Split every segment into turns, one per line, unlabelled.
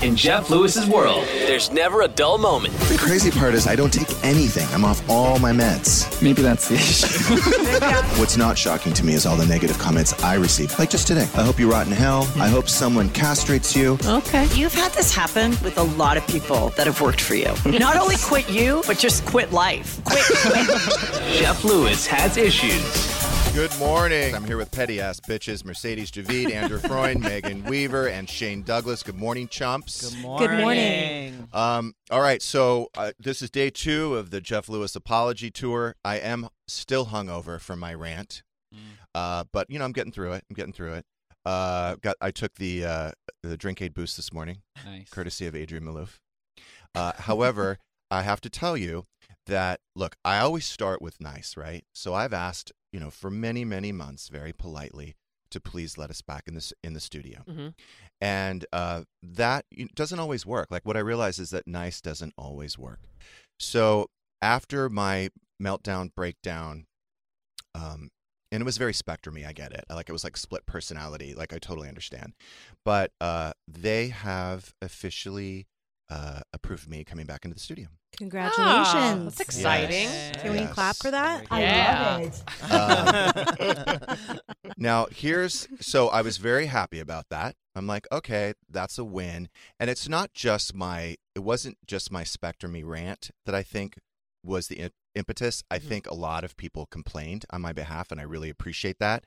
In Jeff Lewis's world, there's never a dull moment.
The crazy part is I don't take anything. I'm off all my meds.
Maybe that's the issue.
What's not shocking to me is all the negative comments I receive. Like just today. I hope you rot in hell. I hope someone castrates you.
Okay. You've had this happen with a lot of people that have worked for you. Not only quit you, but just quit life.
Jeff Lewis has issues.
Good morning. I'm here with petty ass bitches Mercedes Javid, Andrew Freund, Megan Weaver, and Shane Douglas. Good morning, chumps. Good morning. Um, all right, so uh, this is day two of the Jeff Lewis apology tour. I am still hungover from my rant, uh, but you know I'm getting through it. I'm getting through it. Uh, got I took the uh, the drink aid boost this morning,
nice.
courtesy of Adrian Malouf. Uh, however, I have to tell you that look, I always start with nice, right? So I've asked, you know, for many many months, very politely, to please let us back in this in the studio,
Mm-hmm.
and uh, that you know, doesn't always work. Like what I realize is that nice doesn't always work. So after my meltdown breakdown, um, and it was very spectrumy. I get it. Like it was like split personality. Like I totally understand, but uh, they have officially uh, approved me coming back into the studio.
Oh, Congratulations.
that's exciting.
Can we
Yes.
clap for that?
I
Yeah.
it.
Um, now here's so I was very happy about that. I'm like, okay, that's a win. And it's not just my it wasn't just my spectrumy rant that I think was the im- impetus. I
Mm-hmm.
think a lot of people complained on my behalf and I really appreciate that.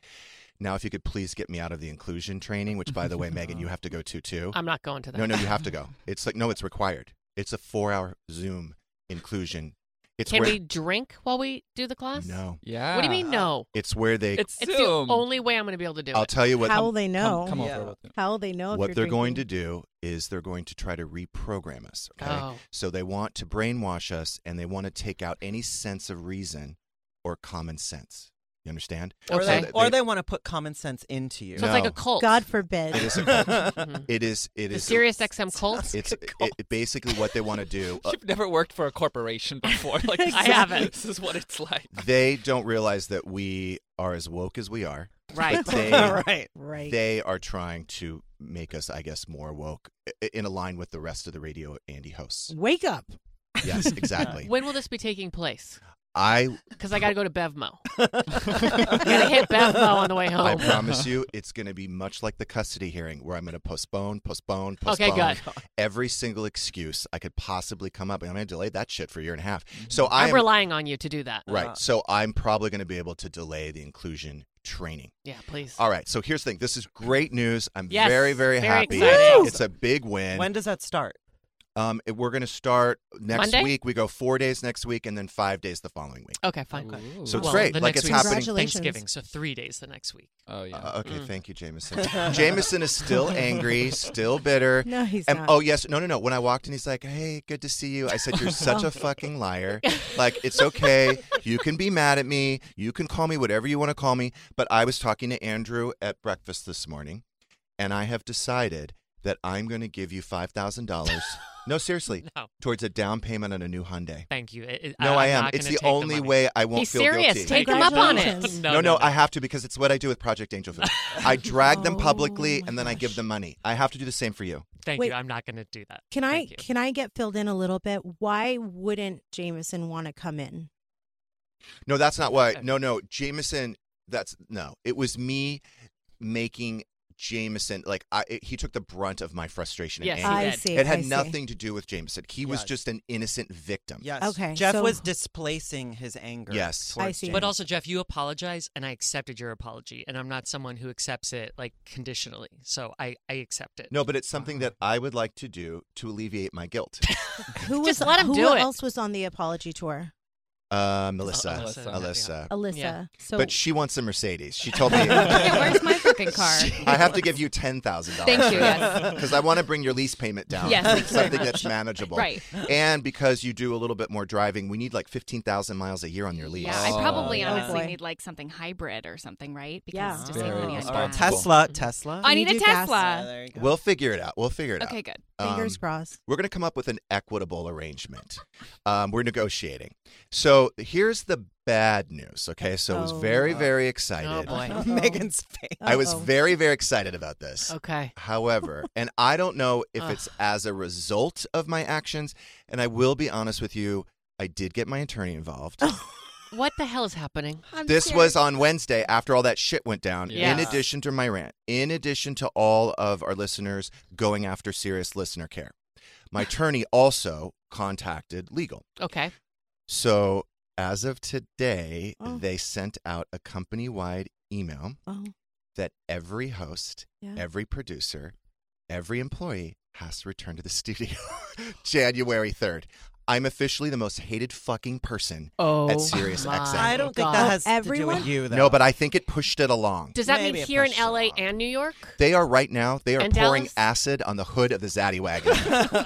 Now if you could please get me out of the inclusion training, which by the way, Megan, you have to go to too.
I'm not going to that.
No, no, you have to go. It's like no, it's required. It's a 4-hour Zoom inclusion. It's
Can
where
we drink while we do the class?
No.
Yeah.
What do you mean no?
It's where they
It's,
It's the
Zoom.
only way I'm going to be able to do
I'll
it.
tell you what
How will they know?
Come, come over with it.
How will they know? if
what
you're
they're going to
drinking?
do is they're going to try to reprogram us. Okay.
Oh.
So they want to brainwash us and they want to take out any sense of reason or common sense. You understand?
Or,
Okay.
they, or they want to put common sense into you.
so it's like
No.
a cult.
God forbid.
It is a cult.
Mhm.
it is it
the
is
Sirius XM cult.
it's it, it- basically what they want to do. uh,
You've never worked for a corporation before. Like this
I
is-
haven't.
This is what it's like.
they don't realize that we are as woke as we are.
Right.
But they
right.
right.
they are trying to make us I guess more woke i- in align with the rest of the radio Andy hosts.
Wake up.
Yes, exactly.
When will this be taking place?
I
Because I got to go to Bevmo. I got to hit Bevmo on the way
I
home.
promise you, it's going to be much like the custody hearing where I'm going to postpone, postpone,
Okay,
postpone
good.
every single excuse I could possibly come up. And I'm going to delay that shit for a year and a half. So I
I'm
am,
relying on you to do that.
Uh-huh.
Uh,
right. So I'm probably going to be able to delay the inclusion training.
Yeah, please.
All right. So here's the thing. This is great news. I'm
Yes,
very, very,
very
happy.
exciting.
It's a big win.
When does that start?
um, it- we're going to start next
Monday?
week. We go four days next week and then five days the following week.
Okay, fine.
So it's
Well,
great.
the
Like
next
it's
week-
happening.
Congratulations.
Thanksgiving, so three days the next week.
Oh yeah.
Uh, okay, thank you, Jameson. Jameson is still angry, still bitter.
No, he's
And-
not.
oh yes, no, no, no. When I walked in, he's like, "Hey, good to see you." I said, "You're
Oh.
such a fucking liar. Like, it's okay. You can be mad at me. You can call me whatever you want to call me." But I was talking to Andrew at breakfast this morning, and I have decided that I'm going to give you five thousand dollars. No, seriously,
No.
towards a down payment on a new Hyundai.
Thank you. It- it-
No,
I'm
I am.
not
It's
gonna
the
take
only
money.
way I won't
He's
feel
serious.
guilty.
Take him up on it.
Congratulations.
No,
no, no, I have to because it's what I do with Project Angel Food. I drag them publicly and then I give them money. I have to do the same for you.
Thank
Wait.
you. I'm not going to do that.
Can I
Thank you.
can I get filled in a little bit? Why wouldn't Jameson want to come in?
No, that's not why. No, no, Jameson. That's no. It was me making Jameson, like I, it- he took the brunt of my frustration.
Yes, he
and anger.
did. I see,
It had
I see.
nothing to do with Jameson. He was
Yes.
just an innocent victim.
Yes.
Okay,
Jeff
so-
was displacing his anger.
Yes.
towards
But
James.
also, Jeff, you apologize, and I accepted your apology, and I'm not someone who accepts it like conditionally. So I I accept it.
No, but it's something that I would like to do to alleviate my guilt.
Who
Just
was,
let him
who
do it.
else was on the apology tour?
Uh, Melissa,
Alyssa.
Alyssa,
Yeah. Alyssa. Yeah. So-
but she wants a Mercedes. She told me.
Yeah, where's my freaking car?
I have to give you ten thousand dollars.
Thank you, yes.
Because I want to bring your lease payment down.
Yes,
to
thank you very
something
much.
that's manageable.
Right.
And because you do a little bit more driving, we need like fifteen thousand miles a year on your lease.
Yeah, I probably
yeah.
honestly
Oh, boy.
need like something hybrid or something, right? Because
Yeah.
to save
Very
money on
responsible.
gas.
Tesla, Tesla.
I need a
do gas.
Tesla.
We'll figure it out. We'll figure it out. Um,
Okay, good.
Oh, Fingers crossed.
We're going to come up with an equitable arrangement. Um, we're negotiating. So here's the bad news. Okay, so I was
Oh.
very, very excited.
Megan's face.
I was very, very excited about this.
Okay.
However, and I don't know if
Ugh.
it's as a result of my actions, and I will be honest with you, I did get my attorney involved.
What the hell is happening?
this was on Wednesday after all that shit went down.
Yes.
In addition to my rant, in addition to all of our listeners going after serious listener care, my attorney also contacted legal.
Okay.
So as of today,
Oh.
they sent out a company wide email
Oh.
that every host,
Yeah.
every producer, every employee has to return to the studio January 3rd. I'm officially the most hated fucking person
Oh
at Sirius
my
XM.
I don't think that
Oh,
God.
has to
Everyone?
do with you, though.
No, but I think it pushed it along.
Does that
Maybe
mean
it
here in
pushed
LA and New York?
They are right now, they are
And
pouring
Dallas?
acid on the hood of the Zaddy wagon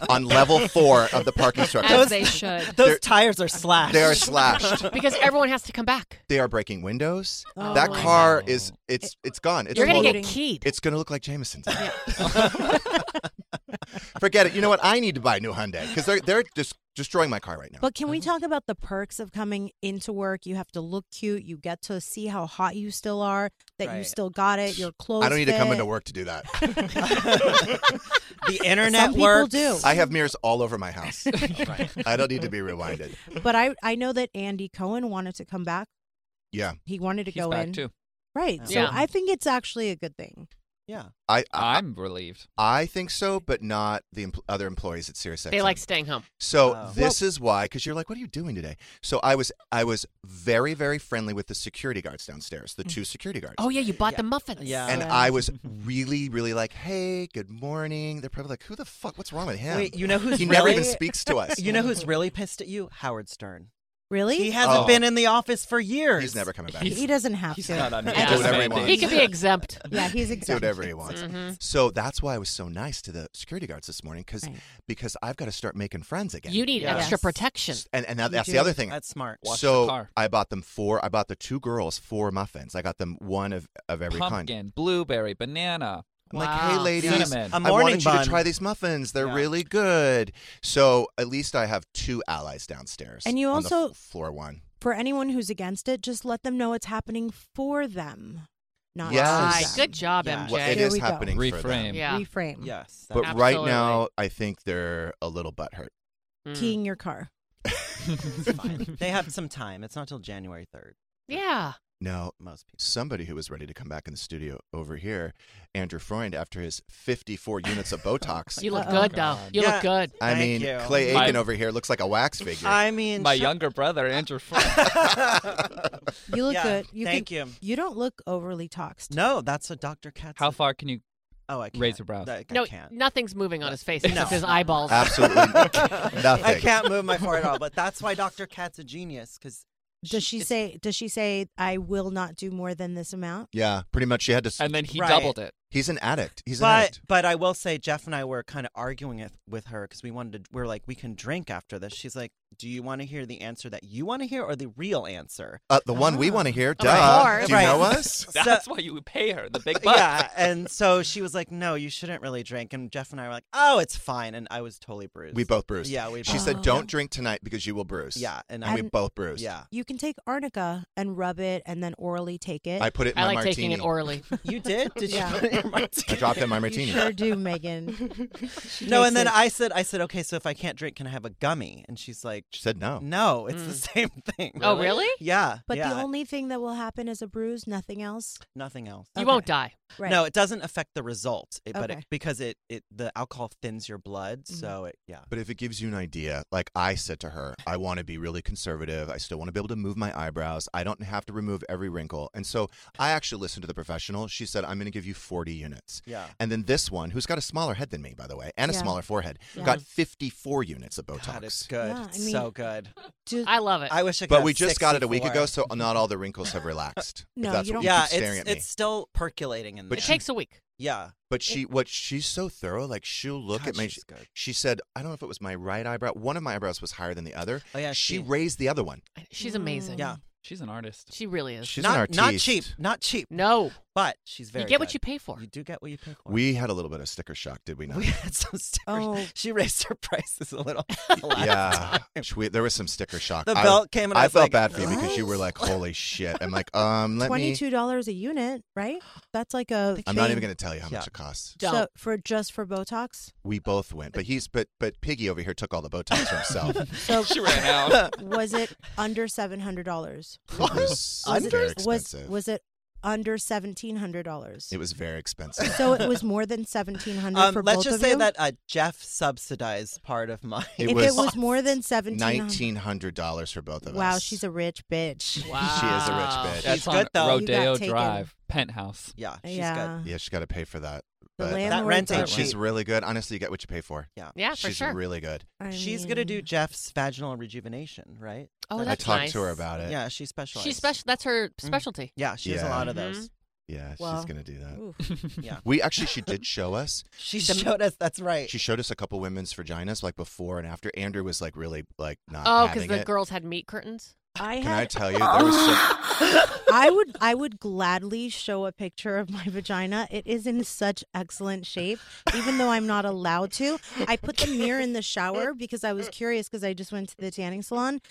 on level four of the parking structure.
As they should.
Those tires are slashed.
They are slashed.
because everyone has to come back.
They are breaking windows.
Oh
that
my
car is it's it's gone. It's
You're gonna
total-
get keyed.
It's gonna look like Jameson's. Forget it. You know what? I need to buy a new Hyundai because they're they're just destroying my car right now.
But can we talk about the perks of coming into work? You have to look cute. You get to see how hot you still are, that you
Right.
still got it, your clothes.
I don't need to come
fit.
into work to do that.
the internet
Some people
works.
do.
I have mirrors all over my house. I don't need to be reminded.
But I, I know that Andy Cohen wanted to come back.
Yeah.
He wanted to
He's
go
back
in.
too.
Right.
Yeah.
So I think it's actually a good thing.
Yeah.
I, I
I'm relieved.
I think so, but not the empl- other employees at SiriusXM.
They like staying home.
So
Oh.
this is why, because you're like, what are you doing today? So I was, I was very, very friendly with the security guards downstairs, the two security guards.
Oh yeah, you bought the muffins.
Yeah.
And I was really, really like, hey, good morning. They're probably like, who the fuck? What's wrong with him?
Wait, you know who's
he
really,
never even speaks to us.
You know who's really pissed at you? Howard Stern.
Really?
He hasn't
Oh.
been in the office for years.
He's never coming back.
he doesn't have to.
He can do whatever he wants.
He could be exempt.
Yeah, he's
He can do
exactly.
whatever he wants.
Mhm.
So that's why I was so nice to the security guards this morning, because because I've got to start making friends again.
You need
Yeah.
extra
Yes.
protection.
and and that,
You
that's the
do.
other thing.
That's smart. Watch the
so
car.
I bought them four. I bought the two girls four muffins. I got them one of of every kind.
Pumpkin, blueberry, banana.
I'm like, hey, ladies,
Cinnamon.
I wanted you to try these muffins. They're
Yeah.
really good. So at least I have two allies downstairs.
And you
on the
also-
f- floor one.
For anyone who's against it, just let them know it's happening for them. Not
Yes.
to
Right.
them.
Good job,
Yeah.
MJ.
Well, it
Here
is
we go.
happening for
Reframe.
them.
Yeah.
Reframe.
Yes.
But
that-
right now, I think they're a little butthurt.
Mm.
Keying your car.
it's fine. they have some time. It's not till January 3rd.
Yeah.
Now,
Most people.
somebody who was ready to come back in the studio over here, Andrew Freund, after his 54 units of Botox.
You look
Uh-oh.
good though. You
Yeah.
look good.
I
Oh Thank
mean,
you.
Clay
My-
Aiken over here looks like a wax figure.
I mean,
My
sure-
younger brother, Andrew. Fr-
You look
Yeah,
good. You
thank
can-
you.
You don't look overly toxed.
No, that's a Dr. Katz.
How far can you?
Oh, I can't.
Raise your brows.
Like, I
No,
can't.
nothing's moving on his face
No.
except his eyeballs.
Absolutely nothing.
I can't move my forehead at all. But that's why Dr. Katz a genius because
Does she say? Does she say I will not do more than this amount?
Yeah, pretty much. She had to. s-
And then he
Right.
doubled it.
He's an addict. He's an
but
addict.
but I will say Jeff and I were kind of arguing it with her because we wanted to. We are like, we can drink after this. She's like, do you want to hear the answer that you want to hear or the real answer?
Uh, the one we want to hear, duh.
course.
Do you
Right.
know us?
So-
That's why you pay her the big bucks.
yeah, and so she was like, "No, you shouldn't really drink." And Jeff and I were like, "Oh, it's fine." And I was totally bruised.
We both bruised.
Yeah, we.
She
both-
said, "Don't drink tonight because you will bruise."
Yeah, and
and
I.
we both bruised.
Yeah,
You can take arnica and rub it, and then orally take it.
I put it in
I
my
like
martini.
taking it orally.
you did. Did
Yeah.
you? Put it in my tea?
I dropped it in my
you
martini.
sure do, Megan. She
No,
takes
and then
it.
I said, I said, okay, so if I can't drink, can I have a gummy? And she's like,
She said no.
no, it's the same thing.
Mm. Oh, really?
Yeah.
But
yeah,
the only thing that will happen is a bruise, nothing else.
nothing else.
You won't die.
Right.
No, it doesn't affect the result, it, but
Okay.
it, because it, it the alcohol thins your blood,
Mm-hmm.
so it yeah.
But if it gives you an idea, like I said to her, I want to be really conservative. I still want to be able to move my eyebrows. I don't have to remove every wrinkle. And so I actually listened to the professional. She said, I'm going to give you 40 units.
Yeah.
And then this one, who's got a smaller head than me, by the way, and a
Yeah.
smaller forehead,
Yeah.
got 54 units of Botox.
it's good.
Yeah, I
It's so
mean-
good.
I love it.
I wish I could
But
have
we just got it a week
64.
ago, so not all the wrinkles have relaxed. if
No,
that's
you don't-
what you
Yeah,
keep
it's-
staring at me.
it's still percolating in
But
there.
she-
a week.
Yeah.
But she, what she's so thorough, like she'll look
God,
at my.
she's good.
She said, I don't know if it was my right eyebrow. One of my eyebrows was higher than the other.
Oh, yeah,
she,
she-
raised the other one.
She's amazing.
Yeah.
She's an artist.
She really is.
She's an
not not
artiste.
cheap, not cheap.
No,
but she's very.
get what
good.
you pay for.
You do get what you pay for.
We had a little bit of sticker shock, did we not?
We had some stickers.
Oh.
She raised her prices a little. the last
yeah,
time.
Sh- we- there was some sticker shock.
The
I-
belt came and I was
felt
like,
bad for you because you
"What?"
were like, "Holy shit!" I'm like, um, let me.
Twenty-two dollars a unit, right? That's like a.
I'm not even
thing.
going to tell you how much it costs.
So for just for Botox,
We both went, but he's but but Piggy over here took all the Botox for himself.
so
She ran out.
was it under seven hundred dollars?
It was very
Was
expensive.
was it under seventeen hundred dollars?
It was very expensive.
So it was more than seventeen hundred
Um,
for
let's
both
just
of
say
you?
that uh, Jeff subsidized part of mine.
It
if it was more than seventeen hundred.
nineteen hundred dollars for both of
Wow,
us.
she's a rich bitch.
She is a rich bitch.
That's
She's
on
good, though. You
got
Rodeo
taken.
Drive, penthouse.
Yeah, she's
Yeah.
yeah, she's got to pay for that.
The
But
landlord
rent
but
ain't
she's
cheap.
really good. Honestly, you get what you pay for.
Yeah.
Yeah, for
she's
sure.
really good.
I
She's gonna do
mean,
Jeff's vaginal rejuvenation, right?
Oh,
I
that's
talked
nice.
to her about it.
Yeah, she specializes.
She's special. That's her specialty.
Yeah, she has a
Mm. Yeah. Mm-hmm.
lot of
Mhm.
those.
Yeah,
Well,
she's gonna do that.
oof.
Yeah,
We actually, she did show us.
she showed us. That's right.
She showed us a couple women's vaginas, like before and after. Andrew was like really like not.
Oh, because
having
the
it.
girls had meat curtains.
I
Can I
had.
tell you, there was some,
I would. I would gladly show a picture of my vagina. It is in such excellent shape, even though I'm not allowed to. I put the mirror in the shower because I was curious because I just went to the tanning salon.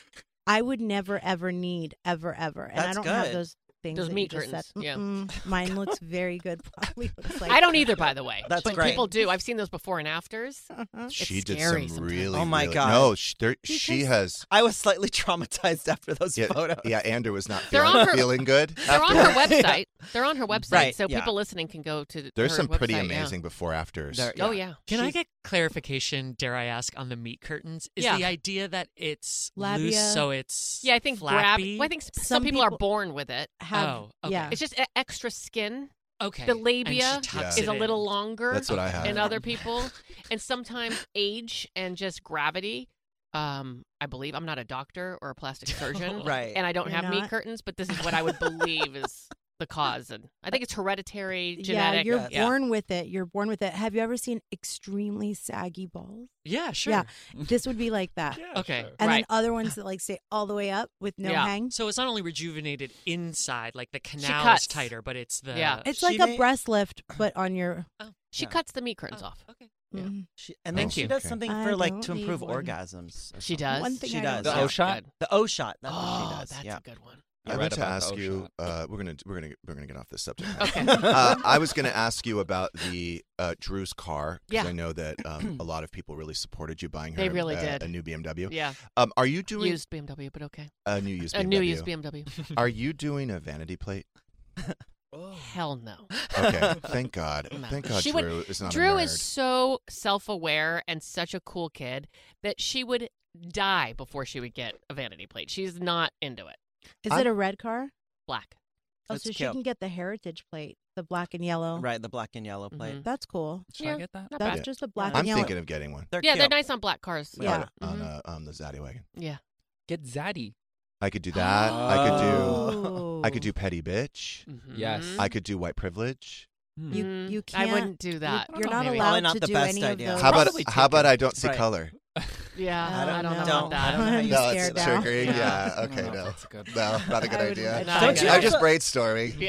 I would never ever need ever ever, and I
That's
don't have
good.
those things.
Those
that you
meat
just said.
curtains, yeah.
Mm-mm. mine looks very good. Probably looks like
I don't either, by the way.
That's
but
great. Uh-huh.
people do. I've seen those before and afters.
she
It's
did
scary
some
sometimes.
really.
Oh my
really-
God.
No, she, there, she has.
I was slightly traumatized after those
Yeah,
photos.
yeah, Andrew was not
They're
feeling,
on her-
feeling good.
They're on her
afterwards.
website. They're on her website,
Right,
so
yeah.
people listening can go to.
There's
her
some pretty
website, yeah.
amazing before afters.
There-
Oh yeah.
Can
Can
I
I
She's-
get?
get-
clarification, dare I ask, on the meat curtains?
Is
Yeah.
the idea that it's loose,
Labia.
so it's
Yeah, I think grab.
flappy?
Well, I think s- some,
Some
people, are
people
born with it.
have.
Oh, okay.
Yeah,
It's just e- extra skin.
okay.
The
and she
labia
tucks
Yeah.
is
it
a
in.
little longer.
That's what I have.
And other people, and sometimes age and just gravity. Um, I believe I'm not a doctor or a plastic surgeon,
Right.
And I don't
You're
have meat
not?
curtains, but this is what I would believe is the cause, and I think it's hereditary,
yeah.
genetic.
You're
yeah.
born with it. You're born with it. Have you ever seen extremely saggy balls?
Yeah, sure.
Yeah, this would be like that.
Okay,
and
right.
then other ones that like stay all the way up with no
Yeah.
hang.
So it's not only rejuvenated inside, like the canal
cuts.
is tighter, but it's the
Yeah. Oh,
It's
She
like a
may-
breast lift, but on your.
she
Yeah.
cuts the meat curtains off.
Okay.
Mhm.
Mm-hmm. She, and then
Thank
she
you.
does
Oh, Okay.
something
I
for like
don't
to
need
improve
one.
orgasms. or
She
something.
does.
One thing
She
I
does.
don't
The
yeah.
O shot.
Good.
The O shot. That's
oh,
what she does.
that's
yeah.
a good one.
I
You're
meant
right
to
about
ask
the
you.
O-shot.
Uh, we're gonna we're gonna we're gonna get off this subject. now.
Okay.
uh, I was going to ask you about the uh, Drew's car because
Yeah.
I know that um, a lot of people really supported you buying her.
They really
a,
did.
a new BMW.
Yeah,
Um, are you doing
used BMW, but okay,
a new used BMW?
a new used BMW.
Are you doing a vanity plate?
Oh.
Hell no.
Okay, thank God.
No.
Thank God
She would-
Drew is not a
Drew
nerd.
is so self-aware and such a cool kid that she would die before she would get a vanity plate. She's not into it.
Is
I-
it a red car?
Black.
Oh,
That's
so she
cute.
can get the heritage plate, the black and yellow.
Right, the black and yellow plate.
Mhm.
That's cool.
Should
Yeah.
I get that?
Not
That's
bad.
just a black
I'm
and yellow.
thinking of getting one
They're
yeah,
cute.
they're nice on black cars.
Yeah.
on, on,
Mhm.
uh, on the Zaddy wagon.
Yeah.
Get Zaddy.
I could do that. I could do. I could
Oh.
do petty bitch.
Yes.
Mhm.
I could do white privilege.
Hmm.
You-
Mm,
you
I
can't-
wouldn't do
You're-
that.
You're
Well,
not
maybe.
allowed
Probably not
to
the
do
best
any
idea.
of those.
How about
Probably
how about
taken.
I don't see
Right.
color?
Yeah,
I
I
don't
don't know,
know.
about that.
I don't know. I'm
no, it's
scared now.
triggering. Yeah.
I don't know
Okay.
if
No.
that's good.
No, not a good
I would-
idea.
I'd
Don't
find
you
out.
I'm just brainstorming.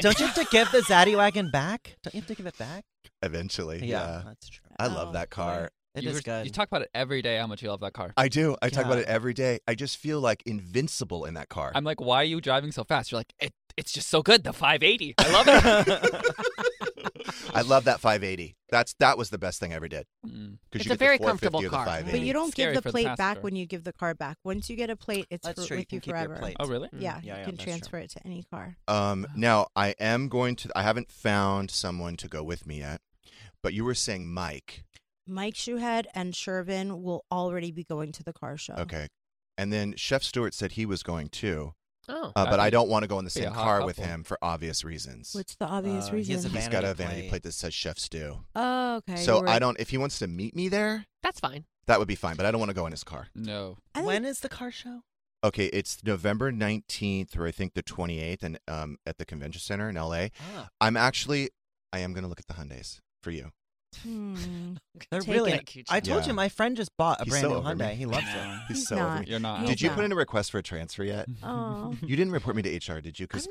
Don't you have to give the Zaddy wagon back? Don't you have to give it back?
Eventually, yeah.
that's true.
I
Oh,
love that car.
It is
you, were-
good.
you talk about it every day. How much you love that car.
I do. I talk about
Yeah.
it every day. I just feel like invincible in that car.
I'm like, why are you driving so fast? You're like, it, it's just so good. The 580. I love it.
I love that 580. That's that was the best thing I ever did. Because
It's a very comfortable car.
But you don't give the plate back when you give the car back. Once you get a plate, it's
That's
for-
true, you
with
can
you,
keep your
forever.
plate. Oh, really?
Yeah,
Mm. Yeah,
you
yeah,
can
that's true.
transfer it to any car.
Um, now I am going to. I haven't found someone to go with me yet, but you were saying Mike.
Mike Shoehead and Shervin will already be going to the car show.
Okay, and then Chef Stewart said he was going too.
Oh.
uh, but I
That'd
don't want to go in the
be a
same
hot
car with
couple.
him for obvious reasons.
What's the obvious
Uh, he has a
reason?
He's got
vanity
a vanity
plate.
plate. that says Chef Stew.
Oh, okay.
So
you were-
I don't. If he wants to meet me there,
That's fine.
that would be fine. But I don't want to go in his car.
No.
When is the car show?
Okay, it's November 19th through I think the 28th and um, at the convention center in LA.
Ah.
I'm actually I am going to look at the Hyundais for you.
Hmm.
They're
Take
really.
it.
I told
Yeah.
you, my friend just bought Ah, a
He's
brand
so
new
over me.
Hyundai. He loves it.
He's,
He's
so over
not.
me.
You're not.
Did
He's
you put
not.
in a request for a transfer yet?
Aw.
You didn't report me to HR, did you? Because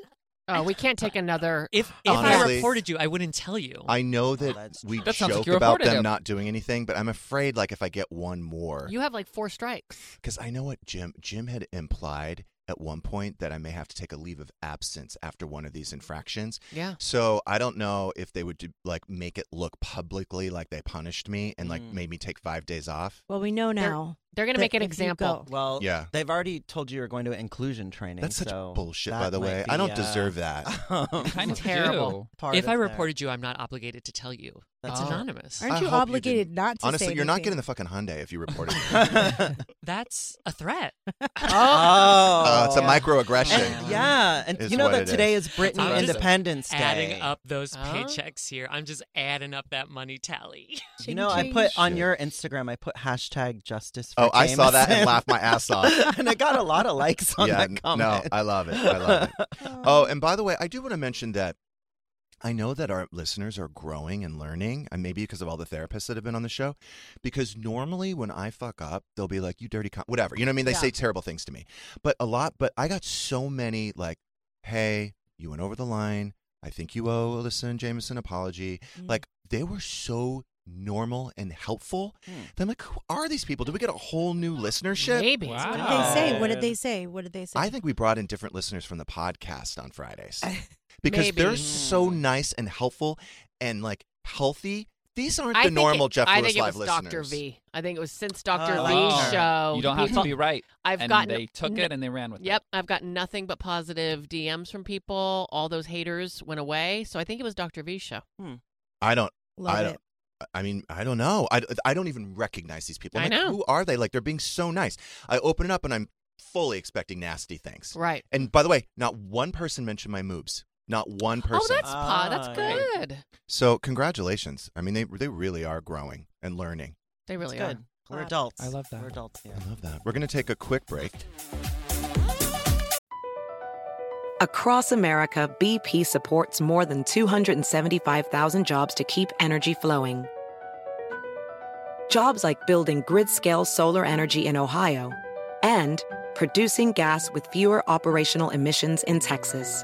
Oh, we can't take another.
If
if I
I
Honestly-
reported you, I wouldn't tell you.
I know that we
That sounds like
joke
you
about
reported
them
him.
not doing anything, but I'm afraid like if I get one more,
you have like four strikes.
because I know what Jim Jim had implied at one point that I may have to take a leave of absence after one of these infractions.
Yeah.
So I don't know if they would do, like make it look publicly like they punished me and like made me take five days off.
Well, we know now.
They're, going to
that
make an
if you
example.
go-
Well,
Yeah.
They've already told you you're going to inclusion training.
That's such
so
bullshit,
that
by the
might
way. I
be,
don't
uh,
deserve that.
kind of
Terrible.
do.
Part
If
of
I
their-
reported you, I'm not obligated to tell you. That's
Oh.
anonymous.
Aren't you obligated not to
Honestly,
say
you're not
anything?
getting the fucking Hyundai if you reported me.
That's a threat.
Uh, it's a microaggression.
And- yeah, and
is
you know
what
that
it
today
is.
is Brit-
I'm just
Independence Day.
Adding up those
Oh.
paychecks here. I'm just adding up that money tally.
You know, I put on your Instagram, I put hashtag justice for
Oh, I saw that and
Jameson.
laughed my ass off.
and I got a lot of likes on
yeah,
that
n-
comment.
No, I love it. I love it. oh, and by the way, I do want to mention that I know that our listeners are growing and learning, and maybe because of all the therapists that have been on the show. Because normally when I fuck up, they'll be like, "You dirty cunt," whatever. You know what I mean? They
Yeah.
say terrible things to me, but a lot. But I got so many like, "Hey, you went over the line. I think you owe Alyssa and Jameson apology."
Mm.
Like they were so normal and helpful. Then I'm like, who are these people? Do we get a whole new listenership?
Maybe.
What did they say? What did they say? What did they say?
I think we brought in different listeners from the podcast on Fridays because they're
Maybe.
so nice and helpful and like healthy. These aren't
I
the
think
normal
it,
Jeff
I
Lewis
think it
Live
was
listeners.
Dr. V. I think it was since Dr.
Oh.
V's show.
You don't have to
people-
be right.
I've
And
gotten
they took it and they ran with it.
Yep, I've gotten nothing but positive DMs from people. All those haters went away, so I think it was Dr. V's show.
Hmm.
I don't.
Love
I don't.
it.
I mean, I don't know. I, I don't even recognize these people. I'm
I
like,
know.
Who are they? Like they're being so nice. I open it up and I'm fully expecting nasty things.
Right.
And by the way, not one person mentioned my moobs. Not one person.
Oh, that's pa, that's
Ah,
good.
So congratulations. I mean, they they really are growing and learning.
They really
It's
are. Uh,
good. We're adults.
I love that.
We're adults. Yeah.
I love that. We're going to take a quick break.
Across America, BP supports more than 275,000 jobs to keep energy flowing. Jobs like building grid scale solar energy in Ohio and producing gas with fewer operational emissions in Texas.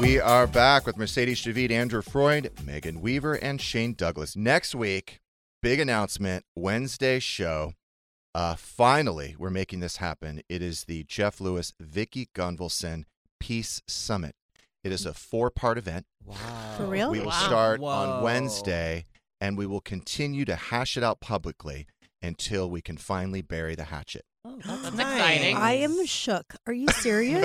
We are back with Mercedes Javid, Andrew Freud, Megan Weaver, and Shane Douglas. Next week, big announcement Wednesday show. Uh, finally, we're making this happen. It is the Jeff Lewis, Vicky Gunvalson Peace Summit. It is a four part event. Wow.
For real?
We will
Wow.
start on
Whoa.
Wednesday and we will continue to hash it out publicly until we can finally bury the hatchet.
Oh, That's
exciting.
I am shook. Are you serious?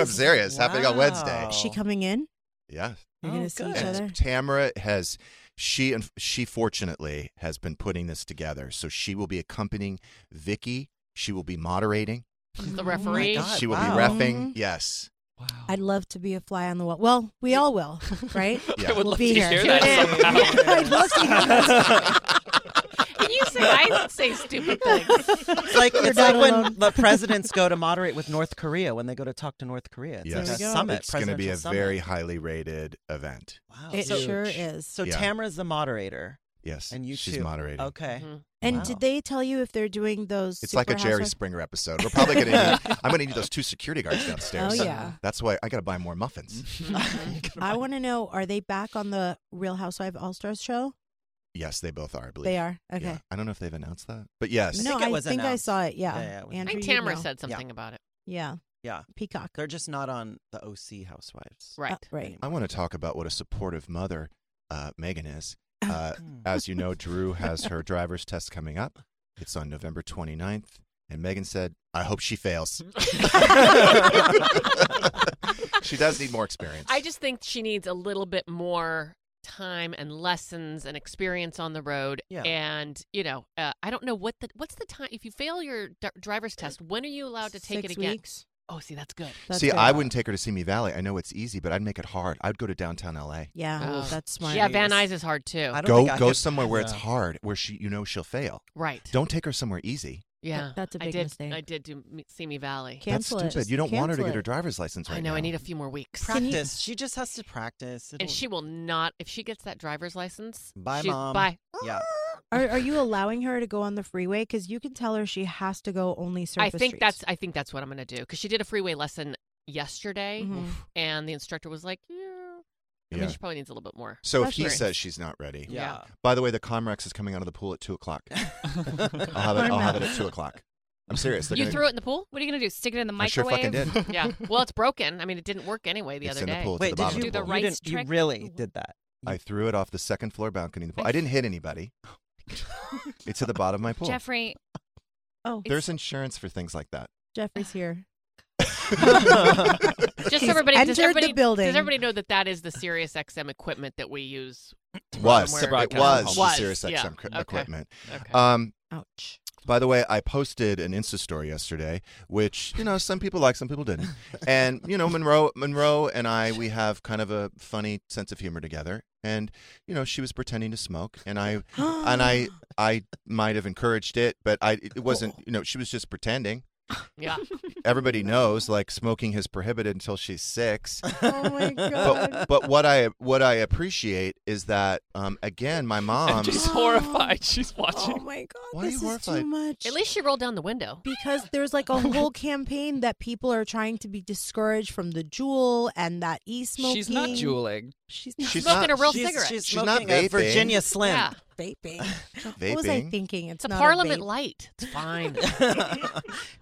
I'm serious. Happening on Wednesday.
Is she coming in?
Yeah.
You're gonna see each
And
other?
Tamara has she and she fortunately has been putting this together. So she will be accompanying Vicky. She will be moderating.
The referee.
she will
Oh wow. Mm-hmm.
be refing. Yes.
I'd love to be a fly on the wall. Well, we all will, right?
Yeah. I would
we'll
love
be
to
here.
hear that
Tune in.
somehow.
I'd love to hear that.
you say I say stupid things.
It's like,
You're
it's
not
like
alone.
when the presidents go to moderate with North Korea when they go to talk to North Korea. It's
Yes.
like a summit.
It's going to be
presidential
a
summit.
very highly rated event.
Wow.
It
So-
sure is.
So
Yeah.
Tamara's the moderator.
Yes.
And you
She's
two.
moderating.
Okay.
And
Wow.
did they tell you if they're doing those?
It's like a
Super
Jerry
Housewives-
Springer episode. We're probably going to need, I'm going to need those two security guards downstairs.
Oh, yeah.
That's why I got to buy more muffins.
I want to know: Are they back on the Real Housewife All Stars show?
yes, they both are, I believe.
They are.
Yeah.
Okay.
I don't know if they've announced that, but yes.
No, I think I, saw it. Yeah.
Yeah, yeah, it was
Andrew,
I think
you'd
Tamara
know.
said something about it.
Yeah.
Yeah.
Peacock.
They're just not on the OC Housewives.
Right.
right.
I want to talk about what a supportive mother uh, Megan is. Uh, as you know, Drew has her driver's test coming up. It's on November 29th. And Megan said, I hope she fails. she does need more experience.
I just think she needs a little bit more time and lessons and experience on the road.
Yeah.
And you know, uh, I don't know what the what's the time if you fail your d- driver's test. When are you allowed to take
Six
it again?
weeks.
Oh, see, that's good.
See, I wouldn't take her to Simi Valley. I know it's easy, but I'd make it hard. I'd go to downtown LA.
Yeah,
Oh.
that's smart.
Yeah, Van Nuys is hard too.
I don't
Go
think I
go
could-
somewhere where it's
Yeah.
hard, where she you know she'll fail.
Right.
Don't take her somewhere easy.
Yeah,
that's a
I
big
did,
mistake.
I did do Me- Simi Valley.
Cancel
That's
it.
stupid. You don't want her to
Cancel
get her
it.
driver's license right
I know.
now.
I need a few more weeks.
Practice. She just has to practice.
And she will not if she gets that driver's license.
Bye,
she's-
mom.
Bye.
Yeah.
Are, are you allowing her to go on the freeway? Because you can tell her she has to go only surface.
I think
streets.
that's I think that's what I'm gonna do because she did a freeway lesson yesterday,
Mm-hmm.
Mhm.
and the instructor was like, "Yeah, I
Yeah.
mean, she probably needs a little bit more."
So if he
experience.
says she's not ready,
Yeah.
By the way, the Comrex is coming out of the pool at two o'clock. I'll have it. I'll have it at two o'clock. I'm serious. They're
you
gonna-
threw it in the pool.
What are you gonna do? Stick it in the
I sure
microwave?
fucking did.
yeah. Well, it's broken. I mean, it didn't work anyway the
It's
other
in the
day.
pool. It's at
Wait,
the
did
bottom
you
of
the
you
rice
didn't- You
trick?
really did that.
I threw it off the second floor balcony of the pool. I didn't hit anybody. It's at the bottom of my pool.
Jeffrey,
Oh,
There's insurance for things like that.
Jeffrey's here.
Just
He's
so everybody,
entered
does
the
everybody,
building.
does everybody know that that is the Sirius XM equipment that we use? to
was
somewhere-
it was, the Sirius
yeah.
XM cri-
Okay.
equipment.
Okay.
Um,
Ouch.
By the way, I posted an Insta story yesterday, which you know some people like, some people didn't. And you know, Monroe, Monroe and I, we have kind of a funny sense of humor together. And you know, she was pretending to smoke, and I, and I, I might have encouraged it, but I, it wasn't. You know, she was just pretending.
yeah.
Everybody knows, like smoking is prohibited until she's six.
Oh my god.
But but what I what I appreciate is that um, again, my mom.
She's horrified. She's watching.
oh my god.
Why are you
this is
horrified? Oh
too much.
At least she rolled down the window.
because there's like a whole campaign that people are trying to be discouraged from the jewel and that e smoking.
She's not jeweling.
She's not.
She's
Smoking
not-
a real
she's,
cigarette.
She's
She's not
smoking a
vaping.
Virginia Slim.
Yeah.
vaping.
Vaping.
What was I thinking?
It's a
not
Parliament
vape.
light. It's fine.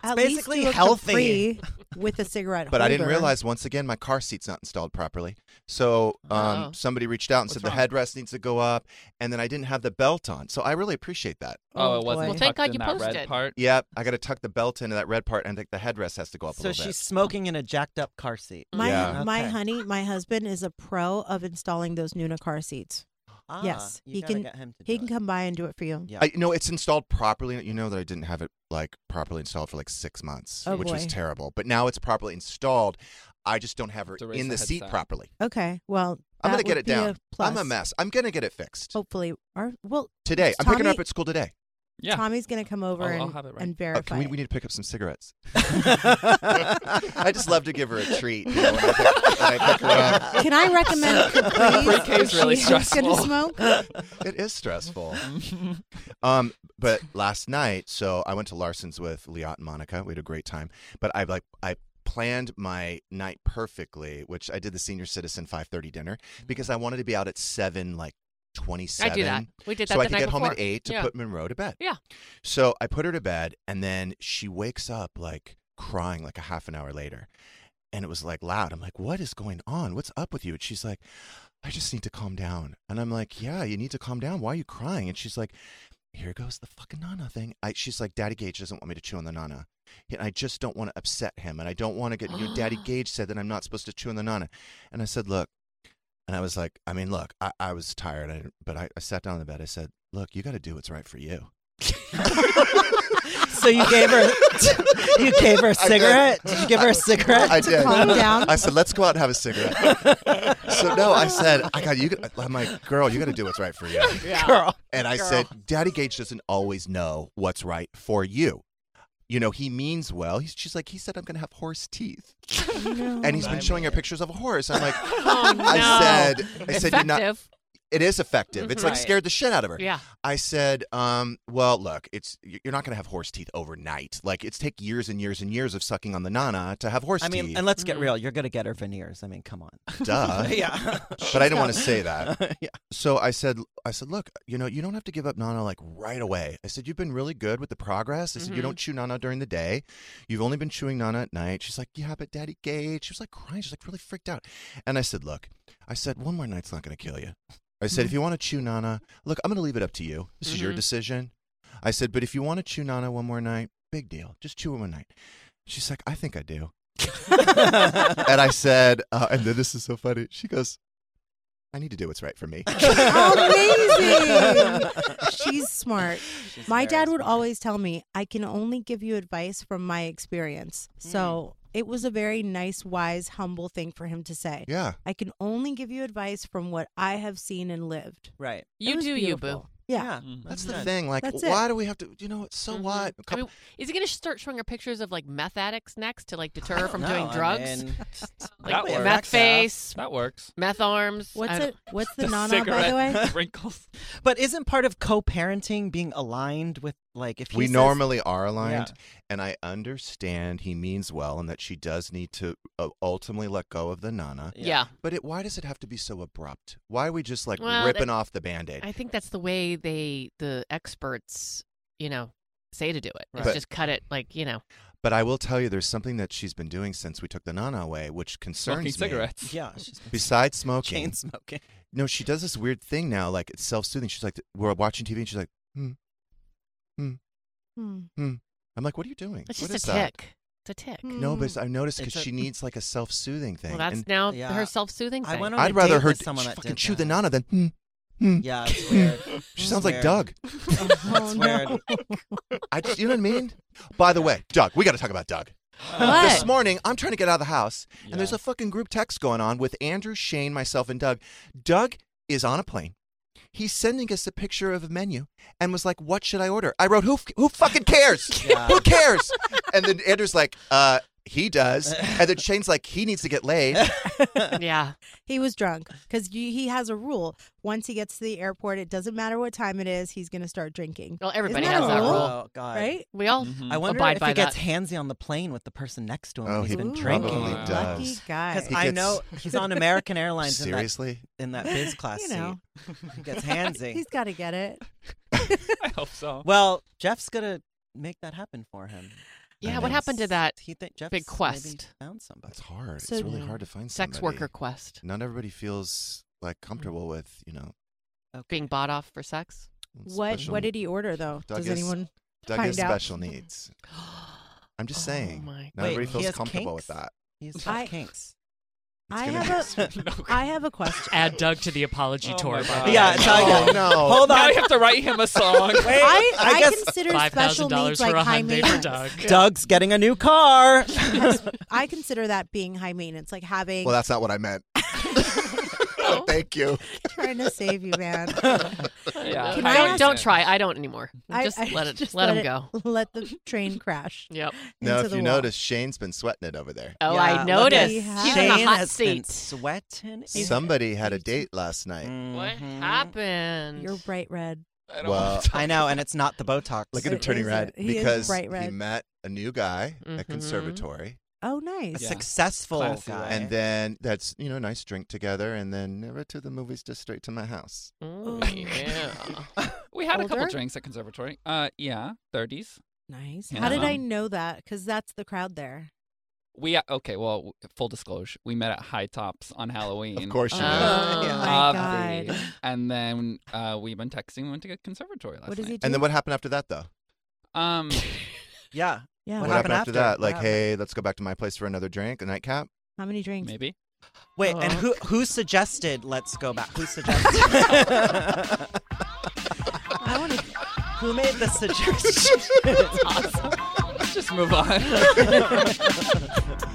At
basically
least do a
healthy.
Capri with a cigarette.
But I didn't
holder.
realize once again my car seat's not installed properly. So um,
Oh.
somebody reached out and
What's
said
wrong?
the headrest needs to go up, and then I didn't have the belt on. So I really appreciate that.
Oh, it wasn't
Well,
tucked
thank God
in
you
that
posted.
red part.
Yep, I got to tuck the belt into that red part, and the, the headrest has to go up a
So
little
she's
bit.
smoking in a jacked up car seat.
My
Yeah.
my
Okay.
honey, my husband is a pro of installing those Nuna car seats.
Ah,
yes,
you
he
gotta
can.
get him to
he can come by and do it for you.
Yeah.
I, no, it's installed properly. You know that I didn't have it like properly installed for like six months,
Oh,
which was
boy.
terrible. But now it's properly installed. I just don't have her
To raise
in the,
the
seat
headset.
properly.
Okay. Well,
I'm
that
gonna get
would
it
be
down.
A
I'm a
plus.
mess. I'm gonna get it fixed
Hopefully, or well,
today. I'm picking her up
Tommy-
at school today.
Yeah.
Tommy's gonna come over
I'll-
and,
I'll have it right.
and
Oh, can
verify.
we, we need to pick up some cigarettes. I just love to give her a treat. You know, when I pick, when I pick her up.
Can I recommend Capri?
Pre-K is really
Gonna
stressful.
smoke.
It is stressful. um, but last night, so I went to Larson's with Liat and Monica. We had a great time. But I like I planned my night perfectly, which I did the senior citizen 5:30 dinner because I wanted to be out at seven, like. 27.
that. We did
So
that
I
the
could
night
get home at
before.
8 to
Yeah.
put Monroe to bed.
Yeah.
So I put her to bed, and then she wakes up like crying like a half an hour later. And it was like loud. I'm like, what is going on? What's up with you? And she's like, I just need to calm down. And I'm like, yeah, you need to calm down. Why are you crying? And she's like, here goes the fucking Nana thing. I, she's like, Daddy Gage doesn't want me to chew on the Nana. And I just don't want to upset him. And I don't want to get, you know, Daddy Gage said that I'm not supposed to chew on the Nana. And I said, look, and I was like, I mean, look, I, I was tired, I, but I, I sat down on the bed. I said, look, you got to do what's right for you.
So you gave her you gave her a cigarette? Did you give her a cigarette?
I did.
calm down?
I said, let's go out and have a cigarette. so no, I said, I got you. got- I'm like, girl, you got to do what's right for you,
Girl.
And I
Girl.
said, Daddy Gage doesn't always know what's right for you. You know, he means well. He's, she's like, he said, I'm going to have horse teeth. And he's been showing her pictures of a horse. I'm like,
Oh, no.
I said, I said, you're not.
Effective. Mhm.
It is effective. It's like
Right.
scared the shit out of her.
Yeah.
I said, um, well, look, it's y- you're not going to have horse teeth overnight. Like it's take years and years and years of sucking on the nana to have horse
I
teeth.
mean, and let's get real. You're gonna get her veneers. I mean, come on.
Duh.
Mm. yeah.
but I didn't want to say that.
yeah.
So I said, I said, look, you know, you don't have to give up Nana like right away. I said, you've been really good with the progress. I said, you
Mm-hmm.
Mhm.
don't chew Nana during the day. You've only been chewing Nana at night. She's like, yeah, but Daddy Gage. She was like crying. She's like really freaked out. And I said, look, I said, one more night's not going to kill you. I
Mm-hmm.
said, if you want to chew Nana, look, I'm going to leave it up to you. This is your
Mhm.
decision. I said, but if you want to chew Nana one more night, big deal. Just chew her one night. She's like, I think I do. and I said, uh, and then this is so funny. She goes, I need to do what's right for me.
Amazing. She's smart.
She's very
my dad would
smart.
always tell me, I can only give you advice from my experience. So it was a very nice, wise, humble thing for him to say.
Yeah.
I can only give you advice from what I have seen and lived.
Right.
It
You
was
do you, boo.
beautiful. Yeah.
That's the
good.
thing. Like,
That's it.
why do we have to, you know, so what?
I mean, Mm-hmm. is he going to start showing her pictures of like meth addicts next to like deter her from
No,
doing
I
drugs?
mean,
like
That works.
meth face,
That works.
meth arms. I
What's
don't-
it? What's the,
The
nana, by the way?
cigarette wrinkles.
but isn't part of co-parenting being aligned with like if he
we
says-
normally are aligned, and I understand he means well and that she does need to uh, ultimately let go of the nana.
Yeah.
But it, why does it have to be so abrupt? Why are we just like
Well,
ripping
that-
off the band aid?
I think that's the way they the experts, you know, say to do it. It's
Right.
just cut it like, you know.
But I will tell you, there's something that she's been doing since we took the nana away, which concerns
Smoking
me.
cigarettes.
Yeah. She's
Besides smoking,
chain smoking.
no, she does this weird thing now. Like it's self-soothing. She's like, we're watching TV, and she's like, hmm, hmm,
Hmm.
hmm. I'm like, what are you doing?
It's just
What
a
is that?
tick. It's a tick.
Hmm.
No, but I noticed because
Mm. It's a-
she needs like a self-soothing thing.
Well, that's
and
now
Yeah.
her self-soothing
I
thing.
went on
I'd
a
rather
date
her
with
d-
someone
she
that
fucking
did
chew
that.
the nana than. Hmm, hmm,
Yeah, it's
hmm."
weird.
She
It's
sounds like
weird.
Doug.
Oh,
That's weird.
no.
I just, you know what I mean? By the way, Doug, we got to talk about Doug. This
What?
morning, I'm trying to get out of the house, and there's
Yeah.
a fucking group text going on with Andrew, Shane, myself, and Doug. Doug is on a plane. He's sending us a picture of a menu and was like, "What should I order?" I wrote, "Who f- who fucking cares?
Yeah.
Who cares?" and then Andrew's like, uh, he does. And then Shane's like, he needs to get laid.
yeah.
He was drunk because he has a rule. Once he gets to the airport, it doesn't matter what time it is, he's going to start drinking.
Well, everybody
Isn't
has
a
that rule.
Oh, God.
Right? Mm-hmm.
We all
I wonder
abide
if
by
he
that.
gets handsy on the plane with the person next to him.
Oh,
he's
he
been
probably
drinking.
does. Lucky guy.
Because
He
I
gets-
know he's on American Airlines.
Seriously?
in that, in that biz class
You know.
seat, he gets handsy.
he's got to get it.
I hope so. Well, Jeff's gonna make that happen for him.
Yeah, what happened to that
He think Jeff's
big
maybe
quest?
Found somebody.
It's hard.
So-
it's really hard to find
Sex
somebody.
worker quest.
Not everybody feels like comfortable with, you know.
Being bought off for sex?
What
special-
what did he order though?
Doug
Does
has-
anyone
Doug
find
has
out?
special needs. I'm just saying.
my
Not
Wait,
everybody
he
feels
has
comfortable
kinks?
with that.
He's got
I-
kinks.
I
gonna
have a I have a question.
Add Doug to the apology
Oh
Oh
tour. by the
Yeah,
way.
Doug.
no.
Hold on.
Now you have to write him a song.
Wait,
I,
I
I,
guess-
consider special
$5,000
needs
for
like
a
high
Hyundai for
maintenance.
Doug.
Doug's getting a new car.
I consider that being high maintenance, like having
Well, that's not what I meant. Thank you.
trying to save you, man.
Yeah.
Can
I
I
don't,
ask-
don't try. I don't anymore.
I-
Just
I
let it.
just
let him go.
Let the train crash.
Yep.
Now,
into
if
the
you
wall.
notice, Shane's been sweating it over there.
Oh,
Yeah,
I
look at
noticed.
He's
He's
Shane
in the hot
has been
seat.
sweating.
Somebody had a date last night.
What
Mhm.
happened?
You're bright red.
Well,
I know, and it's not the Botox.
look at him
It
turning
is
red
a- he is
because
bright
he
red.
met a new guy
Mhm.
at conservatory,
Oh,
a
nice.
Yeah.
successful
Classy,
guy.
right?
and then that's you know nice drink together, and then never to the movies, just straight to my house.
Ooh,
Ooh.
yeah.
We had a couple
Older?
drinks at conservatory. Uh, yeah, thirties.
Nice.
Yeah.
How did I know that? Because that's the crowd there.
We uh, okay. Well, w- full disclosure, we met at High Tops on Halloween.
Of course you
Oh.
did.
Oh
Yeah.
my
Obvi.
god.
And then uh, we've been texting. We went to get conservatory last
What does he
night.
do?
And then what happened after that, though?
Um,
yeah.
Yeah.
What,
What
happened,
happened
after,
after?
that?
What
Like,
happened?
hey, let's go back to my place for another drink, a nightcap.
How many drinks?
maybe.
Wait, and
Oh.
who who suggested let's go back? Who suggested?
I want to.
who made the suggestion?
Let's just move on.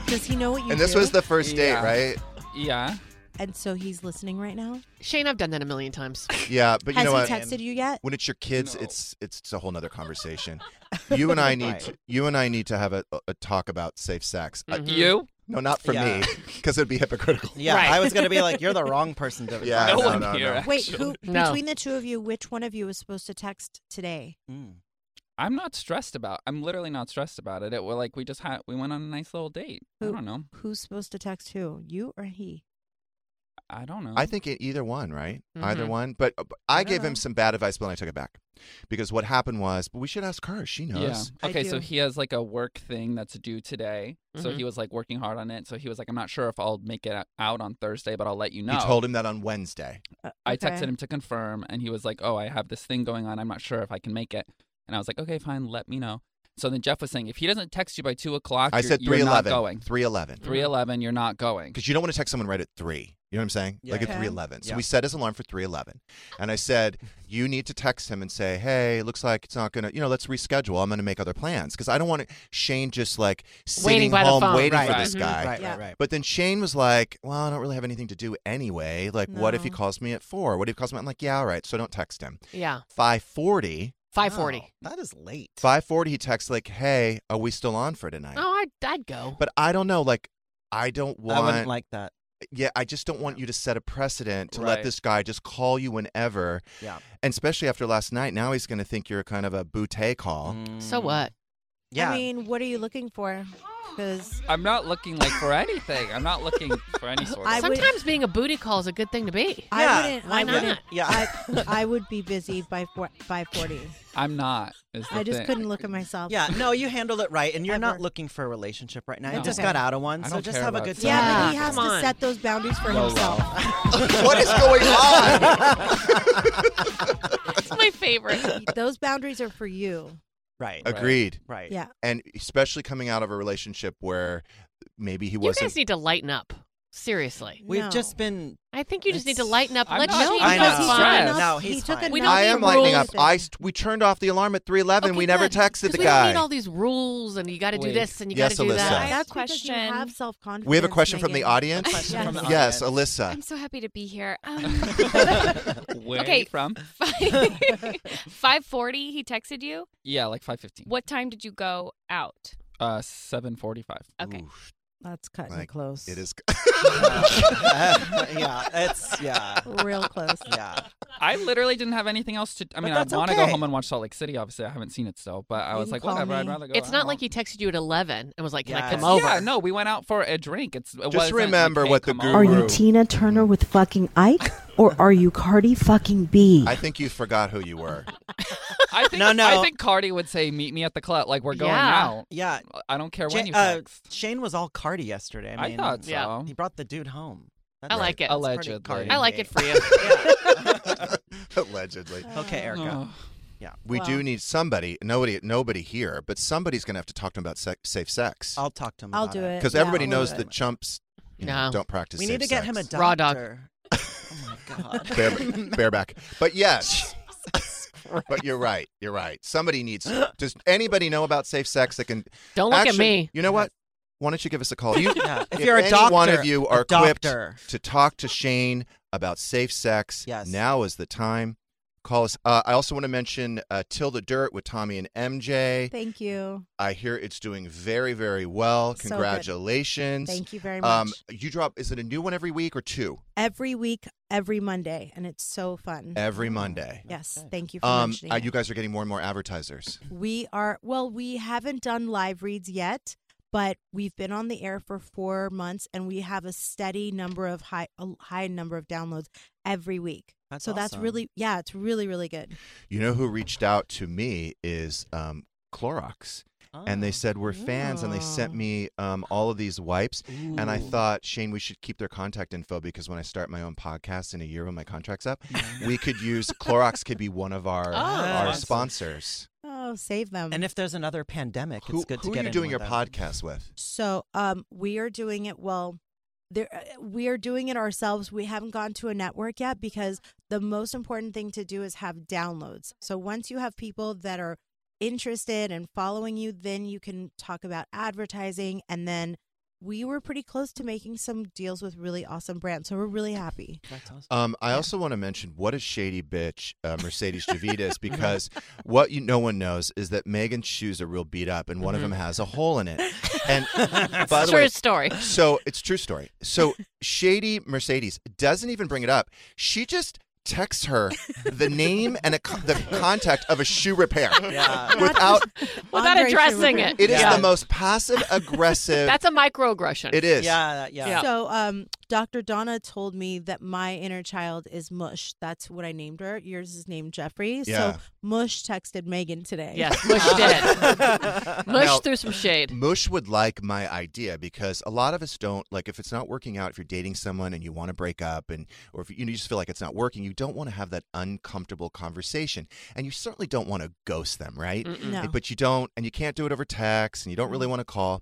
Does he know what you
And this
do?
was the first
Yeah.
date,
yeah.
And so he's listening right now.
Shane, I've done that a million times.
right? Yeah, but you
Has
know
he
what?
texted you yet?
when it's your kids,
No.
it's it's it's a whole nother conversation. You and I need
Right.
to, you and I need to have a, a talk about safe sex. Uh,
Mm-hmm.
Mhm.
You.
no, not for
Yeah.
me, because it'd be hypocritical.
yeah,
Right.
I was gonna be like, you're the wrong person to.
Yeah,
no,
no,
one
no,
here.
no.
Wait,
actually.
who
No.
between the two of you, which one of you is supposed to text today?
Hmm.
Mm.
I'm not stressed about. I'm literally not stressed about it. It well, like we just had. We went on a nice little date. I
Who-
don't know.
Who's supposed to text who? You or he?
I don't know.
I think it, either one, right? Either
Mm-hmm.
Mhm.
one. But, uh, but I
I don't
gave him
know.
some bad advice, but then I took it back because what happened was, but we should ask her. She
Yeah.
knows.
I
Okay, so
do. Mm-hmm.
he has like a work thing that's due today. So
Mhm.
he was like working hard on it. So he was like, I'm not sure if I'll make it out on Thursday, but I'll let you know.
You told him that on Wednesday.
Uh,
I
okay.
texted him to confirm, and he was like, Oh, I have this thing going on. I'm not sure if I can make it. And I was like, Okay, fine, let me know. So then Jeff was saying, If he doesn't text you by two o'clock,
I
you're,
said
you're not
311.
going.
311.
311, you're not going.
Because you don't want to text someone right at 3. You know what I'm saying?
Yeah.
Like at
Okay.
311. So
Yeah.
we set his alarm for 311. And I said, you need to text him and say, hey, looks like it's not going to, you know, let's reschedule. I'm going to make other plans. Because I don't want Shane just like
Waiting
sitting
by the
home
phone.
waiting for
Right.
this
Mhm.
guy.
Right,
Yeah.
right, right.
But then Shane was like, well, I don't really have anything to do anyway. Like, what if he
No.
calls me at 4? What if he calls me? I'm like, yeah, all right. So don't text him.
Yeah.
540.
Five forty.
Oh,
Wow, that is late.
540, he texts like, hey, are we still on for tonight?
Oh, I'd, I'd go.
But I don't know. Like, I don't want
I wouldn't like that.
yeah, I just don't want you to set a precedent to let
Right.
this guy just call you whenever.
Yeah.
And especially after last night, now he's going to think you're kind of a bootay call.
so
Mm.
what?
Yeah.
I mean, what are you looking for? Because
I'm not looking like for anything. I'm not looking for any sort of.
I would-
Sometimes being a booty call is a good thing to be.
Yeah,
I wouldn't.
why
I
not?
wouldn't.
Yeah.
I, I would be busy by four, by forty.
I'm not. is the
I just
thing.
couldn't look at myself.
yeah, no, you handled it right, and you're not
Ever.
looking for a relationship right now. You
No.
just
Okay.
got out of one,
I
so
don't
just
care
have a
about
good time.
that.
Yeah, but he
Yeah,
has
come
to
on.
set those boundaries for
Lolo.
himself.
what is going on?
It's my favorite.
those boundaries are for you.
Right.
Agreed.
Right.
Yeah.
And especially coming out of a relationship where maybe he
You
wasn't.
guys need to lighten up. Seriously.
We've
No.
just been.
I think you just need to
It's-
lighten up.
I'm
Let's
not-
see
I
if it's
know.
fine.
He's No, he's
took
fine.
enough
We don't
I
need
am
the
lighting up.
rules.
I st- we turned off the alarm at 311.
Okay,
we never
good.
texted
'Cause
the
we don't
guy.
need all these rules, and you got to do
Wait.
this, and you
Yes,
got to do
Alyssa.
that.
I have a
because you
question.
have self-confidence.
we have a question from the
Megan.
audience.
A question from the
yes,
audience.
Alyssa.
I'm so happy to be here. Um,
Where are
Okay.
you from?
540, he texted you.
Yeah, like 5:15.
What time did you go out?
Uh, seven forty-five.
Okay.
That's cutting
Like,
close.
it is-
yeah, it's yeah,
Real close.
Yeah.
I literally didn't have anything else to. I
But
mean, I
that's
want to go
okay.
home and watch Salt Lake City. Obviously, I haven't seen it still, but I
You
was
can
like,
call
whatever. I'd
me.
rather go.
It's
out.
not like he texted you at eleven and was like, "Can I come
Yeah,
over?"
no, we went out for a drink. It's it
Just
wasn't like,
remember
hey,
what the
come
guru.
over.
Are you Tina Turner with fucking Ike, or are you Cardi fucking B?
I think you forgot who you were.
I think,
No, no.
I think Cardi would say, "Meet me at the club. Like we're going
Yeah.
out."
Yeah.
I don't care
Ja-
when you
uh,
text.
Shane was all Cardi yesterday. I,
I
mean,
thought Yeah. so.
He brought the dude home.
I like it.
That's pretty
Allegedly.
Cardi
I like
gay.
it for you.
Allegedly.
Okay,
Oh.
Erica. yeah.
We do need somebody. Nobody, nobody here, but somebody's going to have to talk to him about sex, safe sex.
I'll talk to him.
I'll
about
do it.
Because
Yeah,
everybody
I'll
knows
do
that
it.
chumps you know,
No.
don't practice.
We need to
safe
get him a
sex.
doctor.
Raw dog.
oh my god.
Bare, bareback. But yes. but you're right. You're right. Somebody needs. Does anybody know about safe sex that can?
Don't look at
Actually,
me.
You know what? Why don't you give us a call? You,
Yeah, if you're a
any one
doctor,
of you
a
are equipped
doctor.
to talk to Shane about safe sex,
Yes.
now is the time. Call us. Uh, I also want to mention uh, Till the Dirt with Tommy and MJ.
Thank you.
I hear it's doing very, very well.
So good.
Congratulations.
Thank you very
Um,
much.
you drop, is it a new one every week or two?
Every week, every Monday, and it's so fun.
Every Monday.
yes, thank you for
Um,
mentioning
uh,
it.
you guys are getting more and more advertisers.
We are well, we haven't done live reads yet, but we've been on the air for 4 months and we have a steady number of high a high number of downloads every week.
That's
so that's
awesome.
really yeah, it's really really good.
You know who reached out to me is um, Clorox. And
Ah,
they said we're fans, and they
oh.
sent me um, all of these wipes. And I
Ooh.
thought, Shane, we should keep their contact info because when I start my own podcast in a year when my contract's up, we could use Clorox could be one of our our
Awesome.
sponsors.
Oh, save them.
And if there's another pandemic,
Who,
it's good
who
to get
are you
in
doing your
with them.
podcast with?
So, um we are doing it well there, uh, we are doing it ourselves. We haven't gone to a network yet because the most important thing to do is have downloads. So once you have people that are interested and following you, then you can talk about advertising. And then we were pretty close to making some deals with really awesome brands. So we're really happy.
Um, I also want to mention what a shady bitch uh, Mercedes Javitas because what you no one knows is that Megan's shoes are real beat up and one of them has a hole in it. And by the
Mm-hmm. True
way,
story.
So it's true story. So shady Mercedes doesn't even bring it up. She just texts her the name and a, co- the contact of a shoe repair
Yeah.
without
Without
Andre
addressing
Schubert.
it.
it is
Yeah.
the most passive aggressive
That's a microaggression.
it is
Yeah, yeah.
So um, Dr. Donna told me that my inner child is Mush. That's what I named her. Yours is named Jeffrey.
Yeah.
So Mush texted Megan today.
Yes, Mush did. Mush
Now-
threw some shade.
Mush would like my idea because a lot of us don't like if it's not working out. If you're dating someone and you want to break up, and or if you, you just feel like it's not working, you don't want to have that uncomfortable conversation, and you certainly don't want to ghost them, right?
Mm-mm. No.
But you don't, and you can't do it over text, and you don't really want to call.